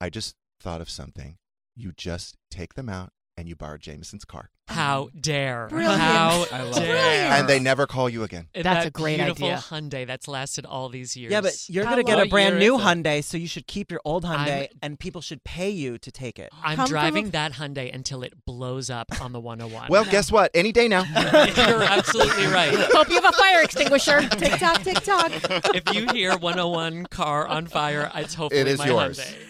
I just thought of something. You just take them out and you borrow Jameson's car,
How dare?
Brilliant.
How
I love it.
dare?
and they never call you again.
And
That's
that
a great
beautiful
idea.
Hyundai that's lasted all these years.
Yeah, but you're
How
going to get
long-
a
What
brand
year
new
is it?
Hyundai, so you should keep your old Hyundai,
I'm-
and people should pay you to take it.
I'm
Come from
driving
a-
that Hyundai until it blows up on the 101.
Well, guess what? Any day now.
you're absolutely right.
Hope you have a fire extinguisher.
Tick tock, tick tock.
If you hear 101 car on fire, it's hopefully
It is
my
yours.
Hyundai.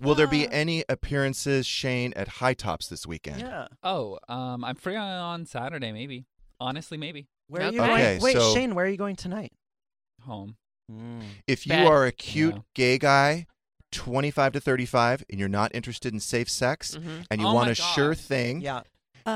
Will there be any appearances, Shane, at High Tops this weekend?
Yeah.
Oh, um, I'm free on Saturday. Maybe. Honestly, maybe
Where are you
Okay.
Okay,
going? Wait,
so-
Shane, where are you going tonight? Mm.
home.
If you
Bad.
are a cute
Yeah.
gay guy, 25 to 35, and you're not interested in safe sex
Mhm.
and you
Oh
want
my
a
God.
sure thing,
Yeah.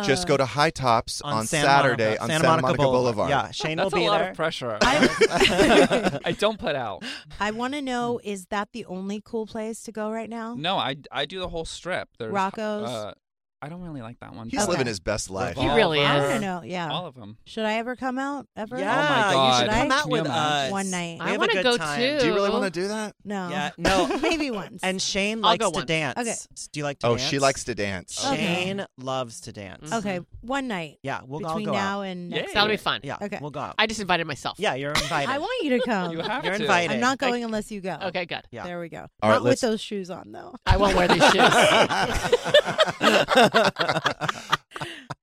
just
Uh,
go to High Tops on,
Santa
Saturday
Monica-
on
Santa
Santa Monica, Boulevard.
Yeah, Shane
That's
will be
a lot
there.
of pressure.
I-
I don't put out.
I want to know is that the only cool place to go right now?
No, I I do the whole strip. There's
Rocco's?
Uh, I don't really like that one.
He's
Okay.
living his best life.
He really
I
is. Oh
don't know. Yeah.
All of them.
Should I ever come out ever?
Yeah,
God.
you should
Should I?
come out
Can you
with
imagine?
us
One night.
We
I
have a
wanna
good
go
time.
too.
Do you really want to do that?
No.
Yeah, no.
Maybe once.
And Shane
I'll
likes
go
to
once.
dance.
Okay.
Do you like to
Oh,
dance?
she likes to dance.
Okay.
Shane loves to dance.
Mm-hmm.
okay, one night.
Mm-hmm. Yeah, we'll all
between
go
now
out.
and
Yeah.
next
That'll be
year.
fun.
Yeah,
Okay.
we'll go out.
I just invited myself.
yeah, you're invited.
I want you to come.
You have
You're
to.
invited.
I'm not going unless you go.
Okay, good.
Yeah.
There we go.
All right,
Not
let's-
with those shoes on though.
I won't wear these shoes.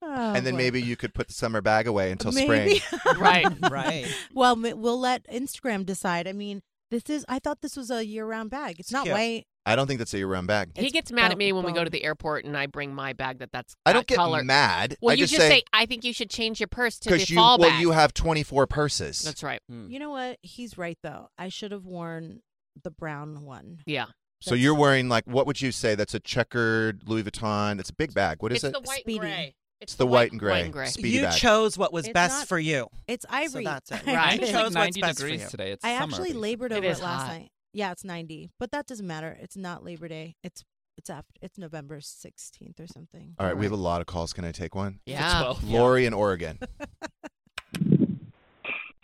Oh,
and then
boy.
maybe you could put the summer bag away until
Maybe.
spring.
right.
right.
Well, m- we'll let Instagram decide. I mean, This is. I thought this was a year-round bag. It's not
Yeah.
white.
I don't think that's a year round bag.
He gets mad at me when we go to the airport and I bring my bag that that's
I don't
that
get
color.
mad.
Well,
I
you
just
just
say-
I think you should change your purse to the
Because you,
fall
well,
bag.
you Hmm. have 24 purses.
That's right.
You know what? He's right though. I should have worn the brown one.
Yeah.
So you're wearing like what would you say? That's a checkered Louis Vuitton. It's a big bag. What is
it's
it?
the white and gray.
It's the white and gray. Speedy
you
bag.
chose what was
It's
best
not-
for you.
It's ivory.
that's it.
I
Right.
did.
It's like Shows what's 90 best for degrees you. today. It's
I
summer,
actually
basically.
labored
It
over
is
it last
hot.
night. Yeah, it's 90, but that doesn't matter. It's not Labor Day. It's it's after. It's November 16th or something.
All right, we have a lot of calls. Can I take one?
Yeah. 12.
Lori in Oregon.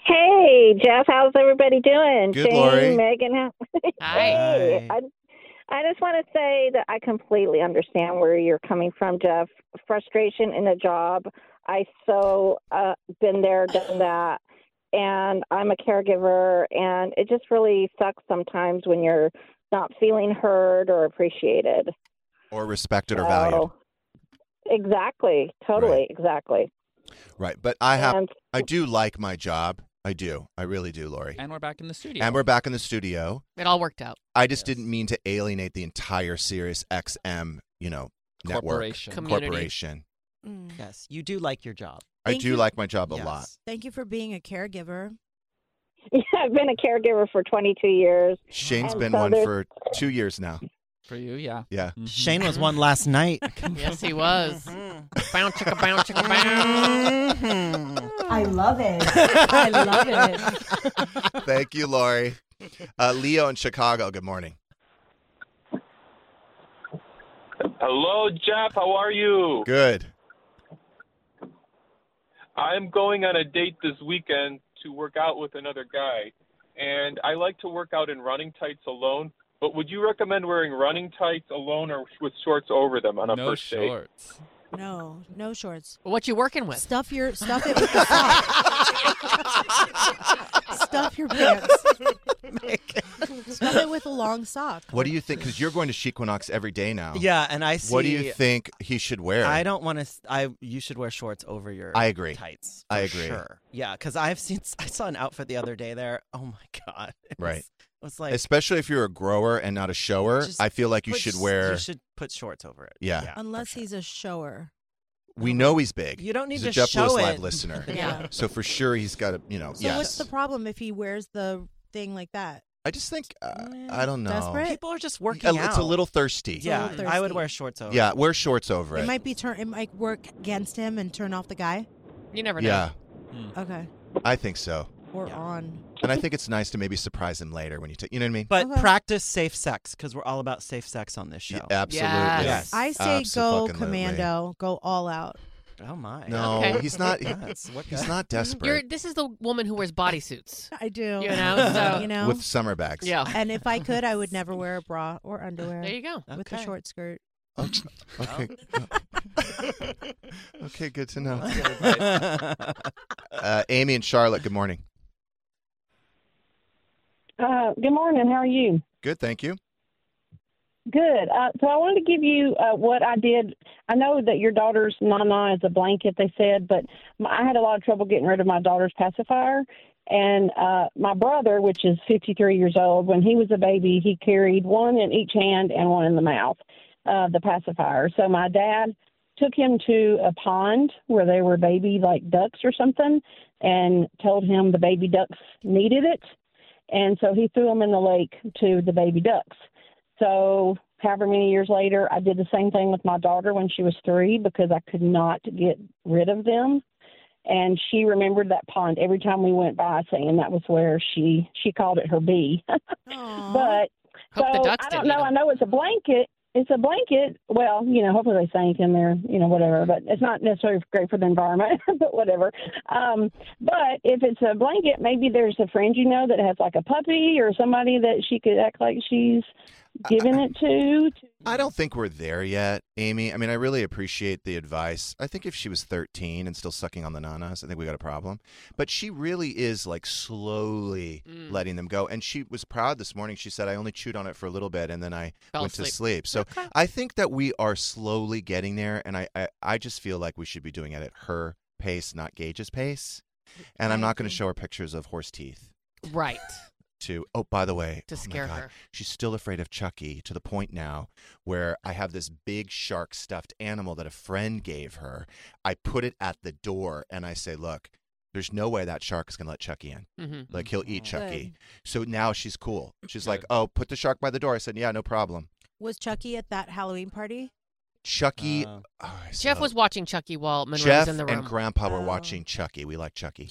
Hey, Jeff, how's everybody doing?
Good, Lori.
Megan, how- hey, I, I just want to say that I completely understand where you're coming from, Jeff. Frustration in a job. I so uh, been there, done that, and I'm a caregiver, and it just really sucks sometimes when you're not feeling heard or appreciated.
Or respected or valued.
Exactly, totally, exactly.
Right. But I have
And-
I do like my job. I do. I really do, Lori.
And we're back in the studio.
And we're back in the studio.
It all worked out.
I just didn't mean to alienate the entire Sirius XM, you know,
Corporation.
network
Community.
corporation.
Mm.
Yes, you do like your job.
I do like my job a lot.
Thank you for being a caregiver.
Yeah, I've been a caregiver for 22 years.
Shane's
has
been one for two years now.
For you, yeah.
Yeah.
Shane was one last night.
Yes, he was.
Mm-hmm.
bounce, chicka, bounce, chicka, bounce.
Mm-hmm.
I love it. I love it.
Thank you, Lori. Uh, Leo in Chicago. Good morning.
Hello, Jeff. How are you?
Good.
I'm going on a date this weekend to work out with another guy, and I like to work out in running tights alone. But would you recommend wearing running tights alone or with shorts over them on a
No
first
shorts.
date?
No, no shorts.
What you working with?
Stuff your stuff it with the sock. stuff your pants. stuff it with a long sock.
What do you think? Because you're going to Chiquinox every day now.
Yeah, and I
What do you
see-
think he should wear?
I don't want to. I you should wear shorts over your.
I agree.
Tights.
I
for
agree.
Sure. Yeah, because I've seen. I saw an outfit the other day there. Oh my god. It was-
Right.
It was like
Especially if you're a grower and not a shower,
Just
I feel like you
put
should
s-
wear.
You should put shorts over it.
Yeah.
Unless he's a shower.
We know he's big.
You don't need
he's a
to
Jeff Lewis
show
Live
it.
listener.
Yeah.
So for sure he's got a you know.
So
yes.
what's the problem if he wears the thing like that?
I just think uh, I don't know.
Desperate?
People are just
A- it's a little thirsty.
It's a Yeah, little
I would
thirsty.
wear shorts over.
Yeah, wear shorts over
It
it.
might be turn. It might work against him and turn off the guy.
You never
yeah,
Okay.
I think so.
Or on.
And I think it's nice to maybe surprise him later when you take. You know what I mean?
But practice safe sex because we're all about safe sex on this show.
absolutely. Yes. Yes.
I say go
Abso-fucking-lutely.
commando, go all out.
Oh my.
No,
Okay.
he's not. he-
That's what
he's
the-
not desperate.
You're, this is the woman who wears bodysuits.
I do.
You know, so
you know.
With summer bags.
Yeah.
And if I could, I would never wear a bra or underwear.
There you go.
With a
Okay.
short skirt.
Okay. okay. Good to know. uh, Amy and Charlotte. Good morning.
Uh, good morning. How are you?
Good. Thank you.
Good. Uh, so I wanted to give you uh, what I did. I know that your daughter's nana is a blanket, they said, but my, I had a lot of trouble getting rid of my daughter's pacifier. And uh, my brother, which is 53 years old, when he was a baby, he carried one in each hand and one in the mouth, uh, the pacifier. So my dad took him to a pond where there were baby like ducks or something and told him the baby ducks needed it. And so he threw them in the lake to the baby ducks. So, however many years later, I did the same thing with my daughter when she was three because I could not get rid of them. And she remembered that pond every time we went by, saying that was where she she called it her bee. but
Hope the
so
ducks
I don't
didn't eat
know. I know it's a blanket. It's a blanket. Well, you know, hopefully they sank in there, you know, whatever. But it's not necessarily great for the environment, but whatever. Um, but if it's a blanket, maybe there's a friend you know that has like a puppy or somebody that she could act like she's
Uh,
giving it to.
Mm-hmm.
I don't think we're there yet, Amy. I mean, I really appreciate the advice. I think if she was 13 and still sucking on the nanas, I think we got a problem. But she really is like slowly
Mm.
letting them go. And she was proud this morning. She said, I only chewed on it for a little bit and then I
Fell
went to
asleep.
sleep. So I think that we are slowly getting there. And I, I, I just feel like we should be doing it at her pace, not Gage's pace. And I'm not going to show her pictures of horse teeth.
Right.
to oh by the way
To
oh my
scare
God,
her.
she's still afraid of chucky to the point now where i have this big shark stuffed animal that a friend gave her i put it at the door and i say look there's no way that shark is going to let chucky in
Mhm.
like he'll eat
Good.
chucky so now she's cool she's like oh put the shark by the door i said yeah no problem
Was Chucky at that Halloween party?
chucky
Uh.
Oh.
oh,
Jeff was watching Chucky while Monroe
Jeff
was in the room.
and Grandpa
Oh.
were watching Chucky. We like Chucky.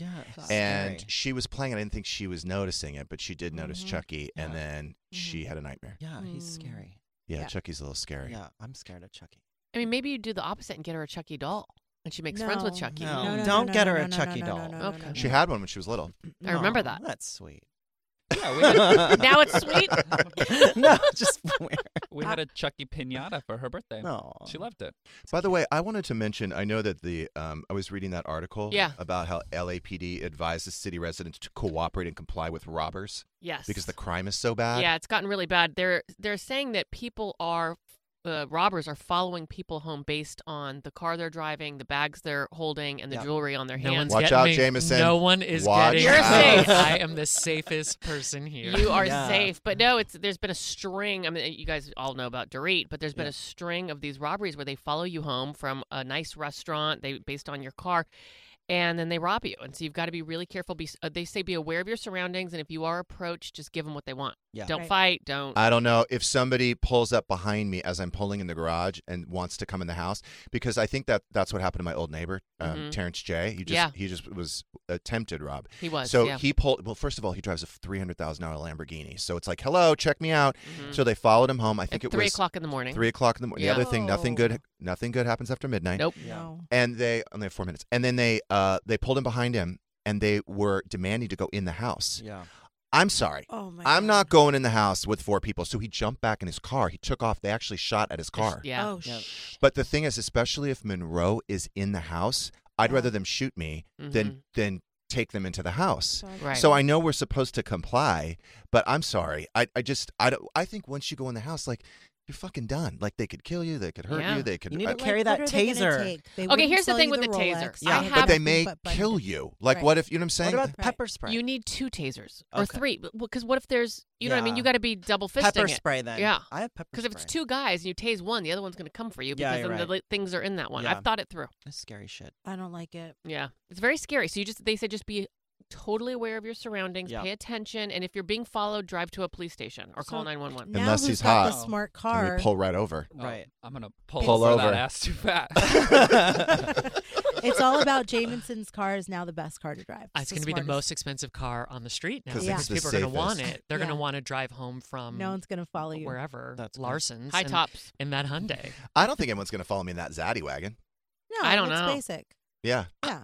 and she was playing. it. I didn't think she was noticing it, but she did notice
Mm-hmm.
Chucky, and then she had a nightmare.
Yeah, he's scary.
Yeah, Chucky's a little scary.
Yeah, I'm scared of Chucky.
I mean, maybe you do the opposite and get her a Chucky doll, and she makes friends with
No.
Chucky.
No. No, no, Don't no, get no, her a no, no, Chucky no, no, doll. no, no, no,
Okay.
no.
She had one when she was little.
I remember that.
That's sweet.
now it's sweet.
no, just
We had a Chucky pinata for her birthday.
No.
She loved it.
By the way, I wanted to mention. I know that the um, I was reading that article
Yeah.
about how LAPD advises city residents to cooperate and comply with robbers.
Yes.
because the crime is so bad.
yeah, it's gotten really bad. They're they're saying that people are uh, robbers are following people home based on the car they're driving, the bags they're holding, and the
Yeah.
jewelry on their
No one's
hands.
Watch
getting
out,
me.
Jameson.
No one is
Watch
getting me.
You're safe.
I am the safest person here.
You are
Yeah.
safe, but no, it's there's been a string. I mean, you guys all know about Dorit, but there's been
Yeah.
a string of these robberies where they follow you home from a nice restaurant, they based on your car, and then they rob you. And so you've got to be really careful. Be uh, they say be aware of your surroundings, and if you are approached, just give them what they want.
Yeah.
Don't
Right.
fight. Don't.
I don't know if somebody pulls up behind me as I'm pulling in the garage and wants to come in the house because I think that that's what happened to my old neighbor um,
Mhm.
Terrence J. He just
Yeah.
he just was attempted rob.
He was,
So
yeah.
he pulled. Well, first of all, he drives a three hundred thousand dollar Lamborghini. So it's like, hello, check me out. So they followed him home. I think
Mm-hmm. At
it
three
was
o'clock in the morning.
Three o'clock in the morning.
Yeah.
The other thing, nothing good. Nothing good happens after midnight.
Nope. No.
And they only have four minutes. And then they uh they pulled him behind him and they were demanding to go in the house.
Yeah.
I'm sorry.
Oh, my
I'm not going in the house with four people. So he jumped back in his car. He took off. They actually shot at his car.
Yeah. Oh,
But the thing is, especially if Monroe is in the house, I'd rather them shoot me than than take them into the house.
Mm-hmm. Right.
So I know we're supposed to comply, but I'm sorry. I, I just I don't I think once you go in the house, like you're fucking done. Like they could kill you, they could hurt
Yeah.
you, they could uh,
You need to
I-
carry Like, what that are they gonna taser. take? They
okay,
wouldn't
here's the
sell
thing
you
with the,
the
taser.
Rolex. Yeah. But
I have
but they may kill you. Like
Right.
what if you know what I'm saying?
about pepper spray?
You need two tasers or
Okay.
three, because what if there's you know what I
Yeah.
mean? You got to be double fisting
Pepper
it.
spray, then.
Yeah,
I have pepper
Because if it's
spray.
two guys and you tase one, the other one's going to come for you
Yeah,
because
you're
then the
right.
li- things are in that one.
Yeah.
I've thought it through.
That's scary shit.
I don't like it.
Yeah, it's very scary. So you just they said just be totally aware of your surroundings,
Yeah.
pay attention, and if you're being followed, drive to a police station or call
So
nine one one.
now
Unless
who's
he's
got the
hot.
smart
Then we
car?
pull right over.
Right.
Oh, I'm gonna pull,
Pull
over, that
over.
ass too fast.
It's all about Jameson's car is now the best car to drive.
Uh, It's going to be the most expensive car on the street now
'Cause
because
it's the
people are going to want
safest.
it. They're going to
Yeah.
want to drive home from
No one's gonna follow you.
wherever
That's good.
Larson's
High
and-
tops.
in that Hyundai.
I don't think anyone's gonna follow me in that Zaddy wagon.
No,
I don't
it's
know.
Basic.
Yeah.
Yeah.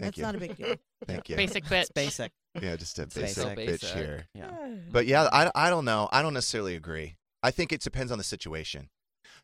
Thank
That's
you.
not a big deal.
Thank you.
Basic bitch.
basic.
Yeah, just a
It's
basic,
basic.
bitch
Basic.
here.
Yeah.
But yeah, I, I don't know. I don't necessarily agree. I think it depends on the situation.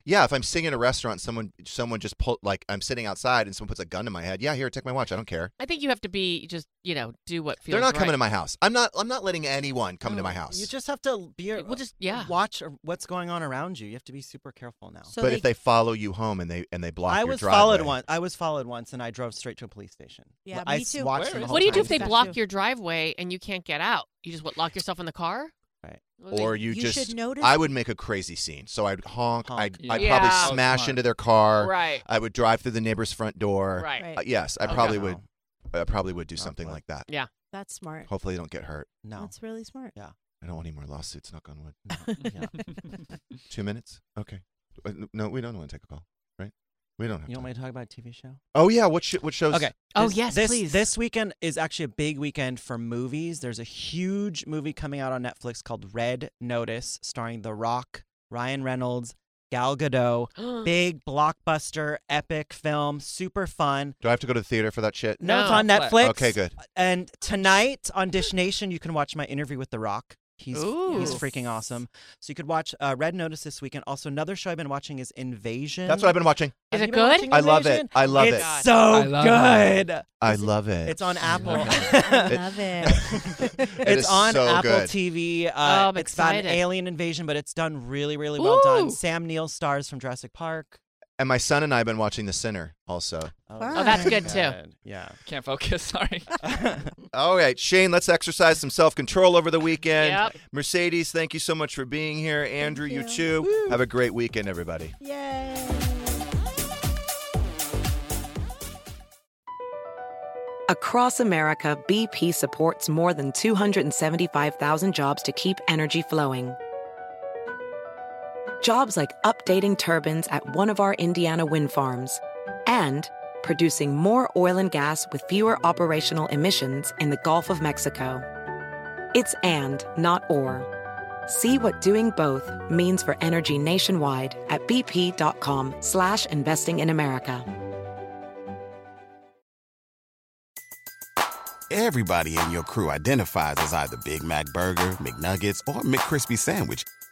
Yeah, if I'm sitting in a restaurant, someone someone just pull like I'm sitting outside and someone puts a gun to my head. Yeah, here, take my watch. I don't care.
I think you have to be just you know do what feels.
They're not
right.
coming to my house. I'm not I'm not letting anyone come into my house.
You just have to be. Well,
just yeah.
Watch what's going on around you. You have to be super careful now.
but if they follow you home and they and they block
I
your
was
driveway,
followed once. I was followed once, and I drove straight to a police station.
Yeah,
I
me
s-
too.
watched them the
What do you
whole
do if
time.
they block your driveway and you can't get out? You just what lock yourself in the car?
Right.
or you,
You should
just
notice-
I would make a crazy scene. So I'd honk. I'd, I'd
Yeah.
probably
Yeah.
smash
Smart.
into their car.
Right.
I would drive through the neighbor's front door.
Right. Right.
Uh, yes, I
Okay.
probably would. I probably would do something like that.
Yeah.
That's smart.
Hopefully, they don't get hurt.
That's really smart.
Yeah.
I don't want any more lawsuits. Knock on wood. Two minutes. Okay. Uh, n- No, we don't want to take a call, right? We don't have.
You
time.
want me to talk about a TV show?
Oh yeah, what sh- what shows?
Okay.
Oh,
This-
yes,
this,
please.
This weekend is actually a big weekend for movies. There's a huge movie coming out on Netflix called Red Notice, starring The Rock, Ryan Reynolds, Gal Gadot. big blockbuster, epic film, super fun.
Do I have to go to the theater for that shit?
No, it's on Netflix.
Okay, good.
And tonight on Dish Nation, you can watch my interview with The Rock. He's
Ooh.
he's freaking awesome. So you could watch uh, Red Notice this weekend. Also, another show I've been watching is Invasion.
That's what I've been watching.
Have
Is it
you been
good?
watching
I love it.
Invasion?
I love
It's
it.
So
I love it.
good.
I love it.
It's on Apple.
I love it. It
it's
is
on
so
Apple
good.
TV. Uh,
Oh, I'm
it's about an
excited.
alien invasion, but it's done really, really well done.
Ooh.
Sam Neill stars from Jurassic Park.
And my son and I have been watching The Sinner also.
Oh, that's good too.
Yeah.
Can't focus. Sorry.
All right, Shane, let's exercise some self control over the weekend.
Yep.
Mercedes, thank you so much for being here. Andrew, you. too. Have a great weekend, everybody.
Across America, BP supports more than 275,000 jobs to keep energy flowing. Jobs like updating turbines at one of our Indiana wind farms and producing more oil and gas with fewer operational emissions in the Gulf of Mexico. It's and, not or. See what doing both means for energy nationwide at bp.com slash investing in America.
Everybody in your crew identifies as either Big Mac Burger, McNuggets, or McCrispy Sandwich.